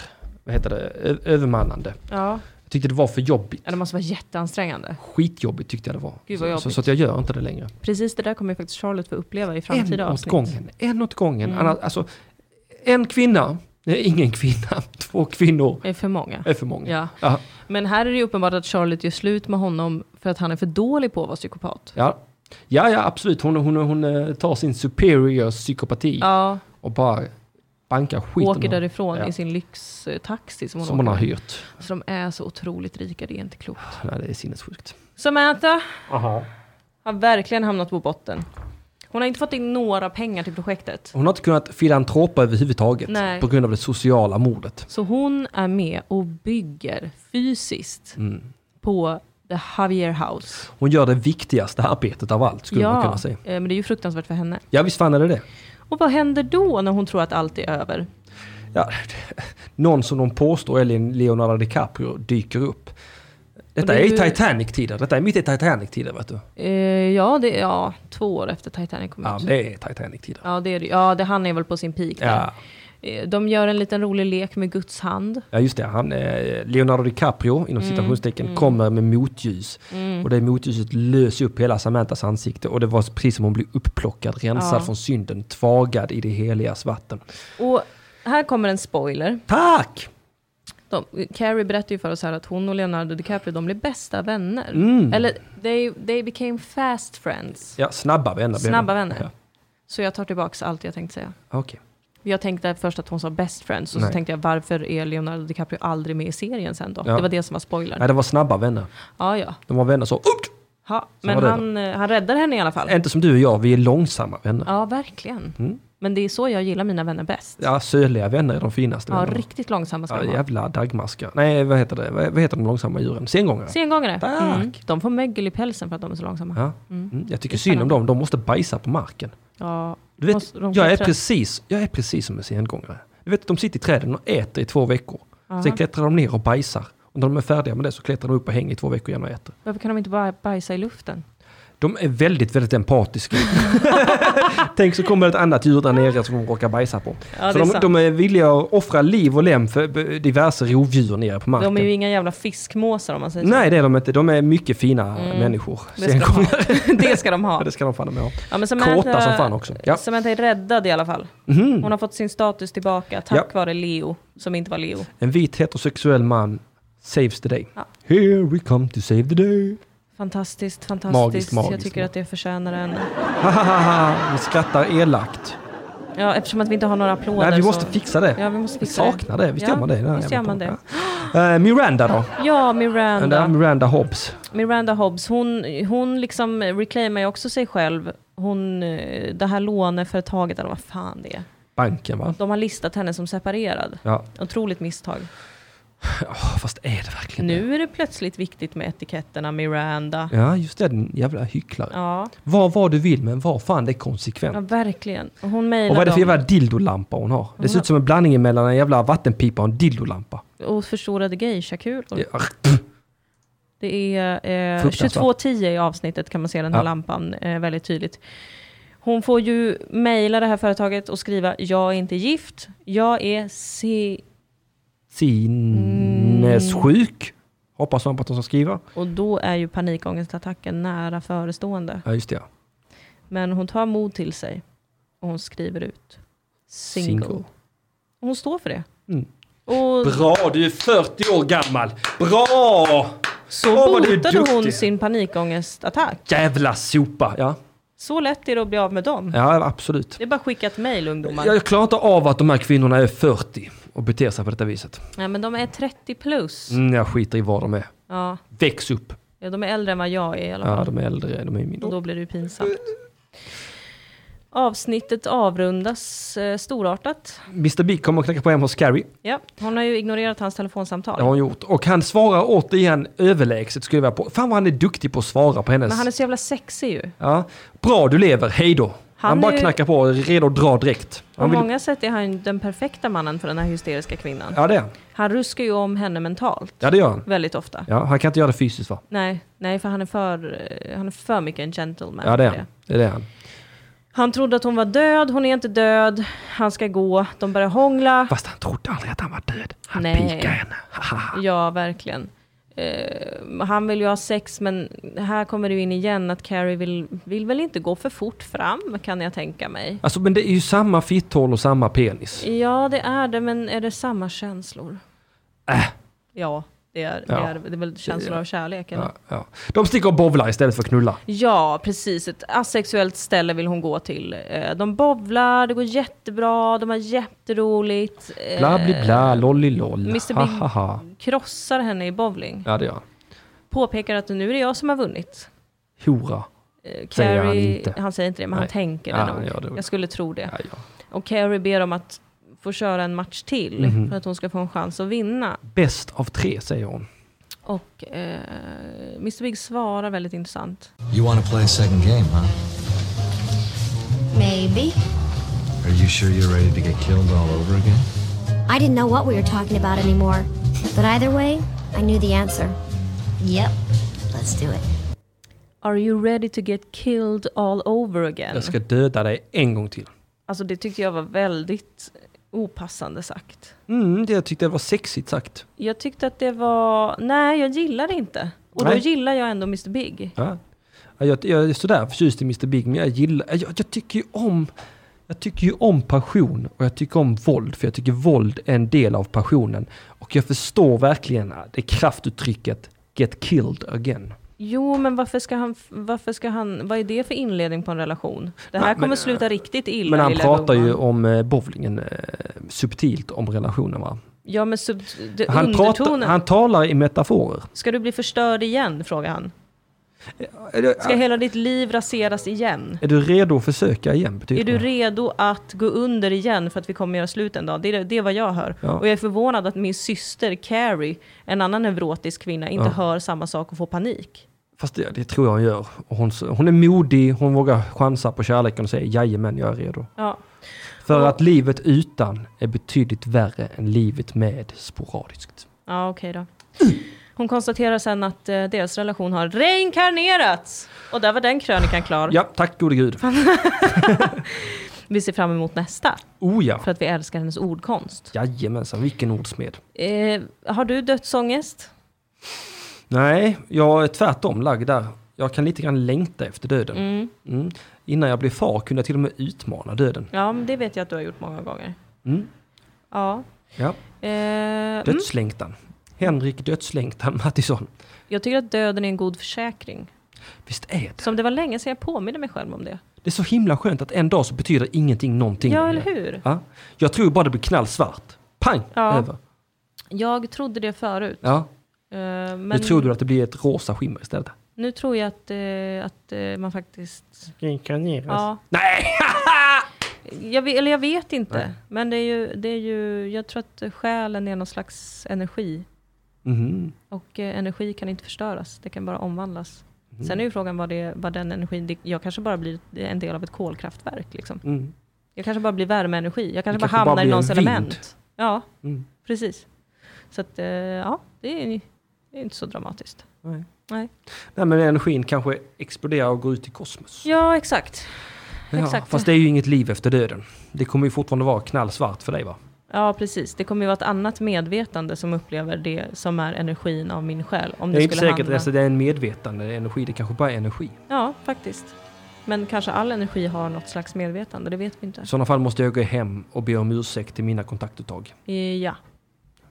B: vad heter det, Ö- övermannande.
A: Ja.
B: Jag tyckte det var för jobbigt.
A: ja, det måste vara jätteansträngande.
B: Skitjobbigt tyckte jag det var.
A: Gud, vad
B: så,
A: jobbigt.
B: så att jag gör inte det längre.
A: Precis det där kommer ju faktiskt Charlotte få uppleva i
B: En
A: framtida
B: åt
A: avsnitt.
B: gången, en åt gången.
A: Mm.
B: Annars, alltså, en kvinna, nej, ingen kvinna, [LAUGHS] två kvinnor
A: Det är för många.
B: är för många.
A: Ja.
B: Ja,
A: Men här är det ju uppenbart att Charlotte gör slut med honom för att han är för dålig på att vara psykopat.
B: ja. ja, ja absolut. Hon, hon, hon eh, tar sin superior psykopati
A: Ja,
B: och bara bankar skiten
A: åker
B: ur-
A: därifrån
B: Ja.
A: i sin lyxtaxi som hon,
B: Som hon har
A: åker.
B: hyrt.
A: Så de är så otroligt rika, det är inte klokt.
B: Nej, det är sinnessjukt.
A: Samantha
B: Aha.
A: har verkligen hamnat på botten. Hon har inte fått in några pengar till projektet.
B: Hon har inte kunnat filantropa överhuvudtaget
A: Nej.
B: på grund av det sociala mordet.
A: Så hon är med och bygger fysiskt på The Javier House.
B: Mm. Hon gör det viktigaste arbetet av allt skulle man kunna
A: Ja,
B: säga.
A: eh, men det är ju fruktansvärt för henne.
B: Ja visst fan är det det.
A: Och vad händer då när hon tror att allt är över?
B: Ja, någon som de påstår är Leonardo DiCaprio dyker upp. Detta
A: Och det är
B: är i
A: ju-
B: Titanic-tider. Detta är mitt i Titanic-tider vet du.
A: Eh, ja, det, ja, två år efter Titanic kom
B: Ja
A: ut.
B: det är Titanic-tider.
A: Ja, det är, det. ja det, han är väl på sin peak där.
B: Ja.
A: Eh, De gör en liten rolig lek med Guds hand.
B: ja just det, han, eh, Leonardo DiCaprio inom
A: Mm,
B: citationstecken kommer med motljus. Och det motljuset löser upp hela Samanthas ansikte och det var precis som hon blev upplockad, rensad
A: Ja.
B: från synden, tvagad i det heligas vatten.
A: Och här kommer en spoiler.
B: Tack!
A: De, Carrie berättar ju för oss här att hon och Leonardo DiCaprio de blev bästa vänner.
B: Mm.
A: Eller they, they became fast friends.
B: Ja, snabba vänner. blev
A: Snabba
B: de.
A: vänner. Så jag tar tillbaka allt jag tänkte säga.
B: Ja, Okej.
A: Jag tänkte först att hon sa best friends och så
B: Nej.
A: tänkte jag varför är Leonardo DiCaprio aldrig med i serien sen då?
B: Ja.
A: Det var det som var spoilern.
B: Nej, det var snabba vänner.
A: Ja, ja.
B: De var vänner så... Upp!
A: Ha, men
B: var det
A: han, eh, han räddar henne i alla fall.
B: Inte som du och jag, vi är långsamma vänner.
A: Ja, verkligen. Men det är så jag gillar mina vänner bäst. Ja,
B: Mm. Ja, söliga vänner är de finaste vännerna.
A: riktigt långsamma ska
B: Ja,
A: de vara.
B: jävla dagmaskar. Nej, vad heter det? Vad vad heter de långsamma djuren? Sengångare?
A: Sengångare.
B: Tack.
A: Mm. De får mögel i pälsen för att de är så långsamma.
B: Ja. Mm. Jag tycker synd om dem, de måste bajsa på marken.
A: Ja.
B: Du vet,
A: Måste- de
B: jag, är
A: klättrar-
B: precis, jag är precis som en sengångare. Du vet, de sitter i träden och äter i två veckor. Sen klättrar de ner och bajsar. Och när de är färdiga med det så klättrar de upp och hänger i två veckor igen och äter.
A: Varför kan de inte bara bajsa i luften?
B: De är väldigt,
A: [LAUGHS]
B: väldigt empatiska. Tänk så kommer ett annat djur där nere som de råkar bajsa på.
A: Ja,
B: så
A: det är
B: de,
A: sant.
B: de är villiga att offra liv och lem för b- diverse rovdjur nere på marken.
A: De är ju inga jävla fiskmåsar om man säger
B: Nej, det är de inte. De är mycket fina människor.
A: så. Mm. Det ska, de ha. [LAUGHS] det ska de
B: Ja,
A: ha.
B: [LAUGHS] det ska de fan med ha.
A: Ja, men Samantha,
B: Kåta som fan också. Ja. Mm. Mhm.
A: Samantha är räddad i alla fall. Hon har fått sin status tillbaka tack
B: Ja.
A: vare Leo, som inte var Leo.
B: En vit heterosexuell man saves the day. [LAUGHS] Here we come to save the day.
A: Fantastiskt, fantastiskt.
B: Magiskt,
A: Jag
B: magiskt,
A: tycker att det förtjänar en...
B: Vi skrattar elakt.
A: Ja, eftersom att vi inte har några applåder.
B: Nej, vi måste
A: så...
B: fixa det.
A: Ja, vi måste fixa
B: vi saknar det. Visst gör
A: Ja,
B: man det? Den här
A: Visst
B: jävla
A: gör man det.
B: podden. Eh, Miranda då?
A: Ja,
B: Den där
A: Miranda.
B: Miranda Hobbs.
A: Miranda Hobbs, hon, hon liksom reclaimar ju också sig själv. Hon, eh, det här låneföretaget, eller vad fan det är.
B: Banken va?
A: De har listat henne som separerad.
B: Ja.
A: Otroligt misstag.
B: Åh, fast är det verkligen det?
A: Nu är det plötsligt viktigt med etiketterna Miranda.
B: Ja, just det. Den jävla hycklaren.
A: Ja,
B: Var vad du vill, men var fan det är konsekvent.
A: ja verkligen. Och hon mejlar
B: Och vad är det för
A: dem.
B: jävla dildolampa hon har? Det ser ut som en blandning mellan en jävla vattenpipa och en dildolampa.
A: Och förstorade geishakulor.
B: Det- ach, pff.
A: Det är eh,
B: Fruktansvärt.
A: 22.10 i avsnittet kan man se den här
B: Ja.
A: lampan eh, väldigt tydligt. Hon får ju mejla det här företaget och skriva “Jag är inte gift, jag är se...”
B: Sinnessjuk. Hoppas hon på att hon ska skriva.
A: Och då är ju panikångestattacken nära förestående.
B: Ja, just det. ja.
A: Men hon tar mod till sig och hon skriver ut “Single”.
B: Single. Mm.
A: Och hon står för det. Och
B: Bra, du är 40 år gammal. Bra!
A: så
B: Åh, vad du är
A: botade hon
B: duktig.
A: sin panikångestattack.
B: Jävla sopa. Ja,
A: Så lätt är det att bli av med dem.
B: ja absolut.
A: Det är bara att skicka ett mejl ungdomar.
B: Jag klarar inte av att de här kvinnorna är 40 och beter sig på detta viset.
A: Nej, men de är 30 plus.
B: Mm, jag skiter i vad de är.
A: Ja.
B: Väx upp.
A: Ja, de är äldre än vad jag är i alla fall.
B: Ja, de är äldre, de är mindre.
A: Och då blir det ju pinsamt. Avsnittet avrundas eh, storartat.
B: Mr. Big kommer och knackar på hem hos Carrie.
A: Ja, hon har ju ignorerat hans telefonsamtal.
B: Det har hon gjort. Och han svarar återigen överlägset skulle jag vilja på. Fan vad han är duktig på att svara på hennes...
A: Men han är så jävla sexig ju.
B: ja. Bra du lever, hej då. Han,
A: är
B: bara
A: ju-
B: knackar på, är redo att dra direkt.
A: På
B: Han vill...
A: många sätt är han den perfekta mannen för den här hysteriska kvinnan.
B: Ja det är han.
A: Han ruskar ju om henne mentalt.
B: Ja det gör han.
A: Väldigt ofta.
B: Ja, han kan inte göra det fysiskt va?
A: Nej, nej, för han är för, eh, han är för mycket en gentleman.
B: Ja det är
A: för
B: han. Det är det han.
A: Han trodde att hon var död, hon är inte död. Han ska gå, de börjar hångla.
B: Fast han trodde aldrig att han var död. Han
A: Nej.
B: pikar henne. Haha.
A: Ja, verkligen. Eh, han vill ju ha sex, men här kommer det ju in igen att Carrie vill, vill väl inte gå för fort fram, kan jag tänka mig.
B: alltså men det är ju samma fitthål och samma penis.
A: Ja, det är det, men är det samma känslor?
B: Äh.
A: Ja, det är,
B: Ja.
A: Det, är, det är väl känslor av kärlek? Eller?
B: Ja,
A: Ja.
B: ja. De sticker och bovlar istället för att knulla.
A: Eh, precis. Ett asexuellt ställe vill hon gå till. Eh, de bovlar, det går jättebra, de har jätteroligt. Eh,
B: Bla bli bla, lolliloll.
A: Mr.
B: Ha,
A: Big-
B: ha, ha.
A: Krossar henne i bowling.
B: Ja det gör han.
A: Påpekar att nu är det jag som har vunnit.
B: Hora.
A: Eh,
B: Säger han
A: Carrie-
B: inte.
A: han säger inte det, men
B: Nej.
A: han tänker
B: Ja,
A: det
B: han
A: nog.
B: gör det nog.
A: Jag skulle tro det.
B: Ja, ja.
A: Och Carrie ber om att få köra en match till
B: Mhm.
A: för att hon ska få en chans att vinna.
B: Bäst av tre säger hon.
A: Och eh, Mr Big svarar väldigt intressant.
H: You want to play a second game, huh?
D: Maybe.
H: Are you sure you're ready to get killed all over again?
I: I didn't know what we were talking about anymore. But either way, I knew the answer.
D: Yep. Let's do it.
A: Are you ready to get killed all over again?
B: Jag ska döda dig en gång till.
A: Alltså det tyckte jag var väldigt opassande sagt.
B: Mm, det jag tyckte det var sexigt sagt.
A: Jag tyckte att det var, nej jag gillar det inte. Och då
B: Nej.
A: gillar jag ändå Mr Big.
B: Ja. Ja, Jag, jag är sådär förtjust i Mr Big, men jag gillar... Jag, jag tycker ju om... Jag tycker ju om passion och jag tycker om våld, för jag tycker våld är en del av passionen. Och jag förstår verkligen det kraftuttrycket “get killed again”.
A: Jo men varför ska han, varför ska han, vad är det för inledning på en relation? Det här
B: Nej, men-
A: kommer sluta riktigt illa
B: Men han
A: lilla
B: pratar ju
A: gumman.
B: om eh, bowlingen eh, subtilt om relationen va?
A: Ja men sub, det,
B: Han, pratar,
A: undertonen.
B: han talar i metaforer.
A: Ska du bli förstörd igen? frågar han. Ska hela ditt liv raseras igen?
B: Är du redo att försöka igen? betyder
A: Är du
B: det.
A: redo att gå under igen för att vi kommer göra slut en dag? Det är, det är vad jag hör.
B: Ja.
A: Och jag är förvånad att min syster Carrie, en annan neurotisk kvinna, inte
B: Ja.
A: hör samma sak och får panik.
B: Fast det, det tror jag hon gör. Och Hon, hon är modig, hon vågar chansa på kärleken och säger jajamän, jag är redo.
A: Ja.
B: För att livet utan är betydligt värre än livet med sporadiskt.
A: Ja, okej då. Hon konstaterar sen att eh, deras relation har reinkarnerats! Och där var den krönikan klar.
B: Ja, tack gode gud.
A: Vi ser fram emot nästa,
B: Oh ja.
A: för att vi älskar hennes ordkonst.
B: Jajamensan, vilken ordsmed.
A: Eh, har du dödsångest?
B: Nej, jag är tvärtom lagd där. Jag kan lite grann längta efter döden. Mm. Innan jag blev far kunde jag till och med utmana döden.
A: Ja, men det vet jag att du har gjort många gånger.
B: Mm.
A: Ja.
B: Ja,
A: Eh, mm.
B: dödslängtan. Henrik Dödslängtan Mattisson.
A: Jag tycker att döden är en god försäkring.
B: Visst är det?
A: Som det var länge sedan jag påminner mig själv om det.
B: Det är så himla skönt att en dag så betyder ingenting någonting.
A: Ja,
B: längre.
A: eller hur?
B: Ja. Jag tror bara det blir knallsvart. Pang!
A: Ja.
B: Över.
A: Jag trodde det förut.
B: Ja.
A: eh, Men
B: Nu tror du att det blir ett rosa skimmer istället.
A: nu tror jag att, eh, att eh, man faktiskt... Ja.
B: Nej! [LAUGHS]
A: Jag, ve- eller jag vet inte. Men det är, ju, det är ju... Jag tror att själen är någon slags energi.
B: Mhm.
A: Och eh, energi kan inte förstöras. Det kan bara omvandlas.
B: Mhm. Mm.
A: Sen är ju frågan vad, det, vad den energin... Det, jag kanske bara blir en del av ett kolkraftverk. Liksom.
B: Mm.
A: Jag kanske bara blir värmeenergi. Jag kanske
B: Det
A: bara
B: kanske
A: hamnar
B: bara
A: i
B: blir
A: någons
B: en vind.
A: element. Ja,
B: Mm.
A: precis. Så att, eh, ja, det är, det är inte så dramatiskt.
B: Nej.
A: Nej.
B: Nej, men energin kanske exploderar och går ut i kosmos.
A: Ja, exakt.
B: Ja,
A: exakt.
B: Fast det är ju inget liv efter döden. Det kommer ju fortfarande vara knallsvart för dig va?
A: Ja, precis. Det kommer ju vara ett annat medvetande som upplever det som är energin av min själ. Om
B: Det är
A: det
B: inte
A: skulle
B: säkert
A: handla...
B: att det är en medvetande energi. Det kanske bara är energi.
A: Ja, faktiskt. Men kanske all energi har något slags medvetande, det vet vi inte.
B: I sådana fall måste jag gå hem och be om ursäkt till mina kontaktuttag.
A: Ja.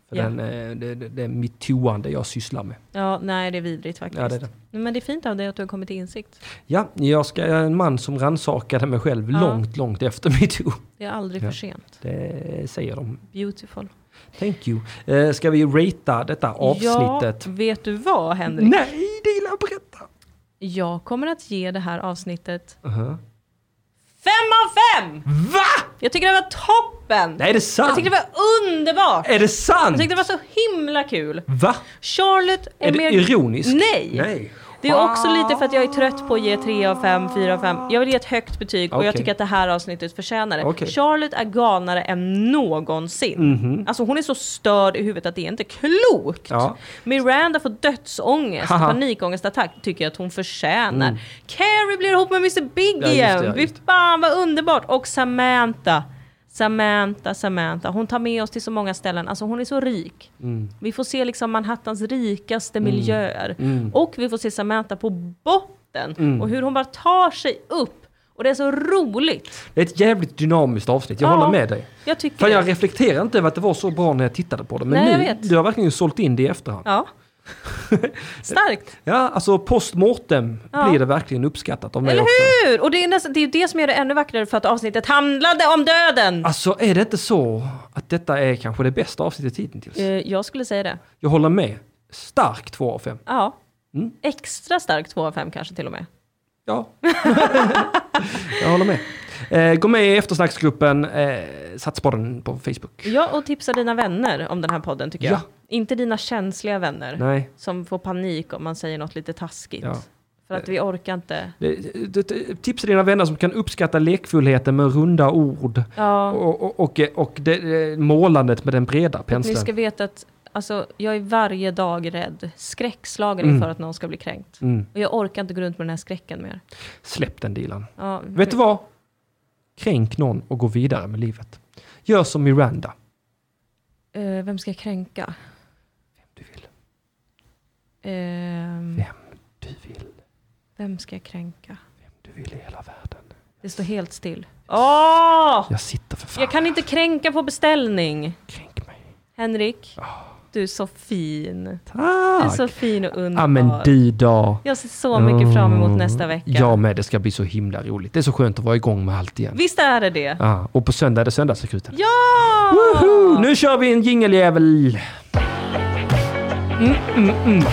B: För
A: Ja.
B: den, eh, det, det, det är mitt toande jag sysslar med.
A: ja, nej det är vidrigt faktiskt.
B: Ja, det är det.
A: Men det är fint av dig att du har kommit till insikt.
B: Ja, jag ska, jag är en man som rannsakade mig själv
A: Ja.
B: långt, långt efter [LAUGHS] mitt o.
A: Det är aldrig
B: Ja.
A: för sent.
B: Det säger de.
A: Beautiful.
B: Thank you. Eh, ska vi ratea detta avsnittet?
A: Ja, vet du vad Henrik?
B: Nej, det gillar jag att berätta.
A: Jag kommer att ge det här avsnittet
B: Uh-huh.
A: fem av fem.
B: Va?
A: Jag tycker det var toppen!
B: Nej, är det
A: Jag
B: sant?
A: tyckte det var underbart!
B: Är det sant?
A: Jag tyckte det var så himla kul!
B: Va?
A: Charlotte är,
B: Är det
A: mer...
B: ironiskt?
A: Nej.
B: Nej.
A: Det är också lite för att
B: Ah.
A: jag är trött på att ge 3 av 5, 4 av 5. Jag vill ge ett högt betyg och jag
B: Okej.
A: tycker att det här avsnittet förtjänar det.
B: Okej. Mhm.
A: Charlotte är galnare än någonsin. Alltså hon är så störd i huvudet att det är inte klokt.
B: Ja.
A: Miranda får dödsångest,
B: Haha. Mm.
A: panikångestattack, tycker jag att hon förtjänar. Carrie blir ihop med Mr Big
B: Ja, just det,
A: igen.
B: ja,
A: Fy
B: just det.
A: fan vad underbart! Och Samantha. Samantha, Samantha. Hon tar med oss till så många ställen. Alltså hon är så rik.
B: Mm.
A: Vi får se liksom Manhattans rikaste miljöer.
B: Mm.
A: Och vi får se Samantha på botten. Och hur hon bara tar sig upp. Och det är så roligt.
B: Det är ett jävligt dynamiskt avsnitt, jag
A: Ja.
B: håller med dig.
A: Jag tycker
B: För jag
A: det.
B: reflekterar inte över att det var så bra när jag tittade på det. Men
A: Nej, jag
B: nu,
A: vet.
B: du har verkligen sålt in det i efterhand. Ja, [LAUGHS]
A: Ja. Starkt.
B: alltså postmortem
A: Ja.
B: blir det verkligen uppskattat av mig
A: Eller
B: också.
A: hur? Och det är, nästan, det är ju det som gör det ännu vackrare för att avsnittet handlade om döden.
B: Alltså är det inte så att detta är kanske det bästa avsnittet hittills?
A: Eh, Jag skulle säga det.
B: Jag håller med. Stark 2 av 5.
A: Ja.
B: Mm.
A: Extra stark 2 av 5 kanske till och med. [LAUGHS]
B: Ja. jag håller med. Eh, gå med i eftersnacksgruppen eh, Satspodden på Facebook.
A: Ja, och tipsa dina vänner om den här podden tycker jag.
B: Ja.
A: Inte dina känsliga vänner
B: Nej.
A: som får panik om man säger något lite taskigt.
B: Ja. Eh.
A: För att vi orkar inte.
B: Det- det- det- Tips till dina vänner som kan uppskatta lekfullheten med runda ord
A: Ja.
B: och, och, och, och det, det- eh, målandet med den breda
A: Ni
B: penseln.
A: ska veta att alltså, jag är varje dag rädd, skräckslagen inför att någon ska bli kränkt.
B: Mm.
A: Och jag orkar inte gå runt med den här skräcken mer.
B: Släpp den dealen.
A: Ja,
B: Vet du vad? Kränk någon och gå vidare med livet. Gör som Miranda.
A: eh, vem ska jag kränka?
B: Du vill.
A: Ehm,
B: Vem du vill.
A: vem ska jag kränka?
B: Du vill i hela världen.
A: Det står helt still. Åh!
B: Jag sitter för fan.
A: Jag kan inte kränka på beställning.
B: Kränk mig.
A: Henrik, du är så fin. Du är
B: Tack!
A: så fin och underbar.
B: Ja men du Mm, då.
A: Jag ser så mycket fram emot nästa vecka.
B: Jag med, det ska bli så himla roligt. Det är så skönt att vara igång med allt igen.
A: Visst är det det?
B: Ja, och på söndag är det söndagsakuten.
A: Ja!
B: Woho! Nu kör vi en jingeljävel! Mm, mm, mm.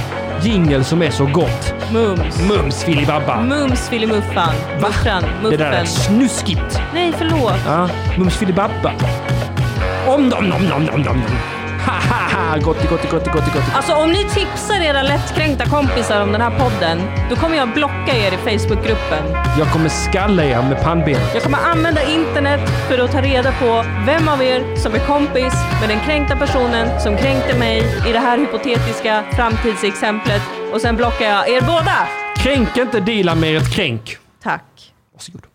B: Jingel som är så gott.
A: Mums.
B: Mums filibabba.
A: Mums filimuffan. Muffran.
B: Det där är
A: Muffen.
B: snuskigt.
A: Nej, förlåt.
B: Ja, mums filibabba. Om dom nom nom nom nom. nom. Ha ha ha! Gotti gotti gotti gotti gotti.
A: Alltså om ni tipsar era lättkränkta kompisar om den här podden, då kommer jag blocka er i Facebookgruppen.
B: Jag kommer skalla er med pannbenet.
A: Jag kommer använda internet för att ta reda på vem av er som är kompis med den kränkta personen som kränkte mig i det här hypotetiska framtidsexemplet och sen blockar jag er båda.
B: Kränk inte dealen med ert kränk.
A: Tack.
B: Varsågod.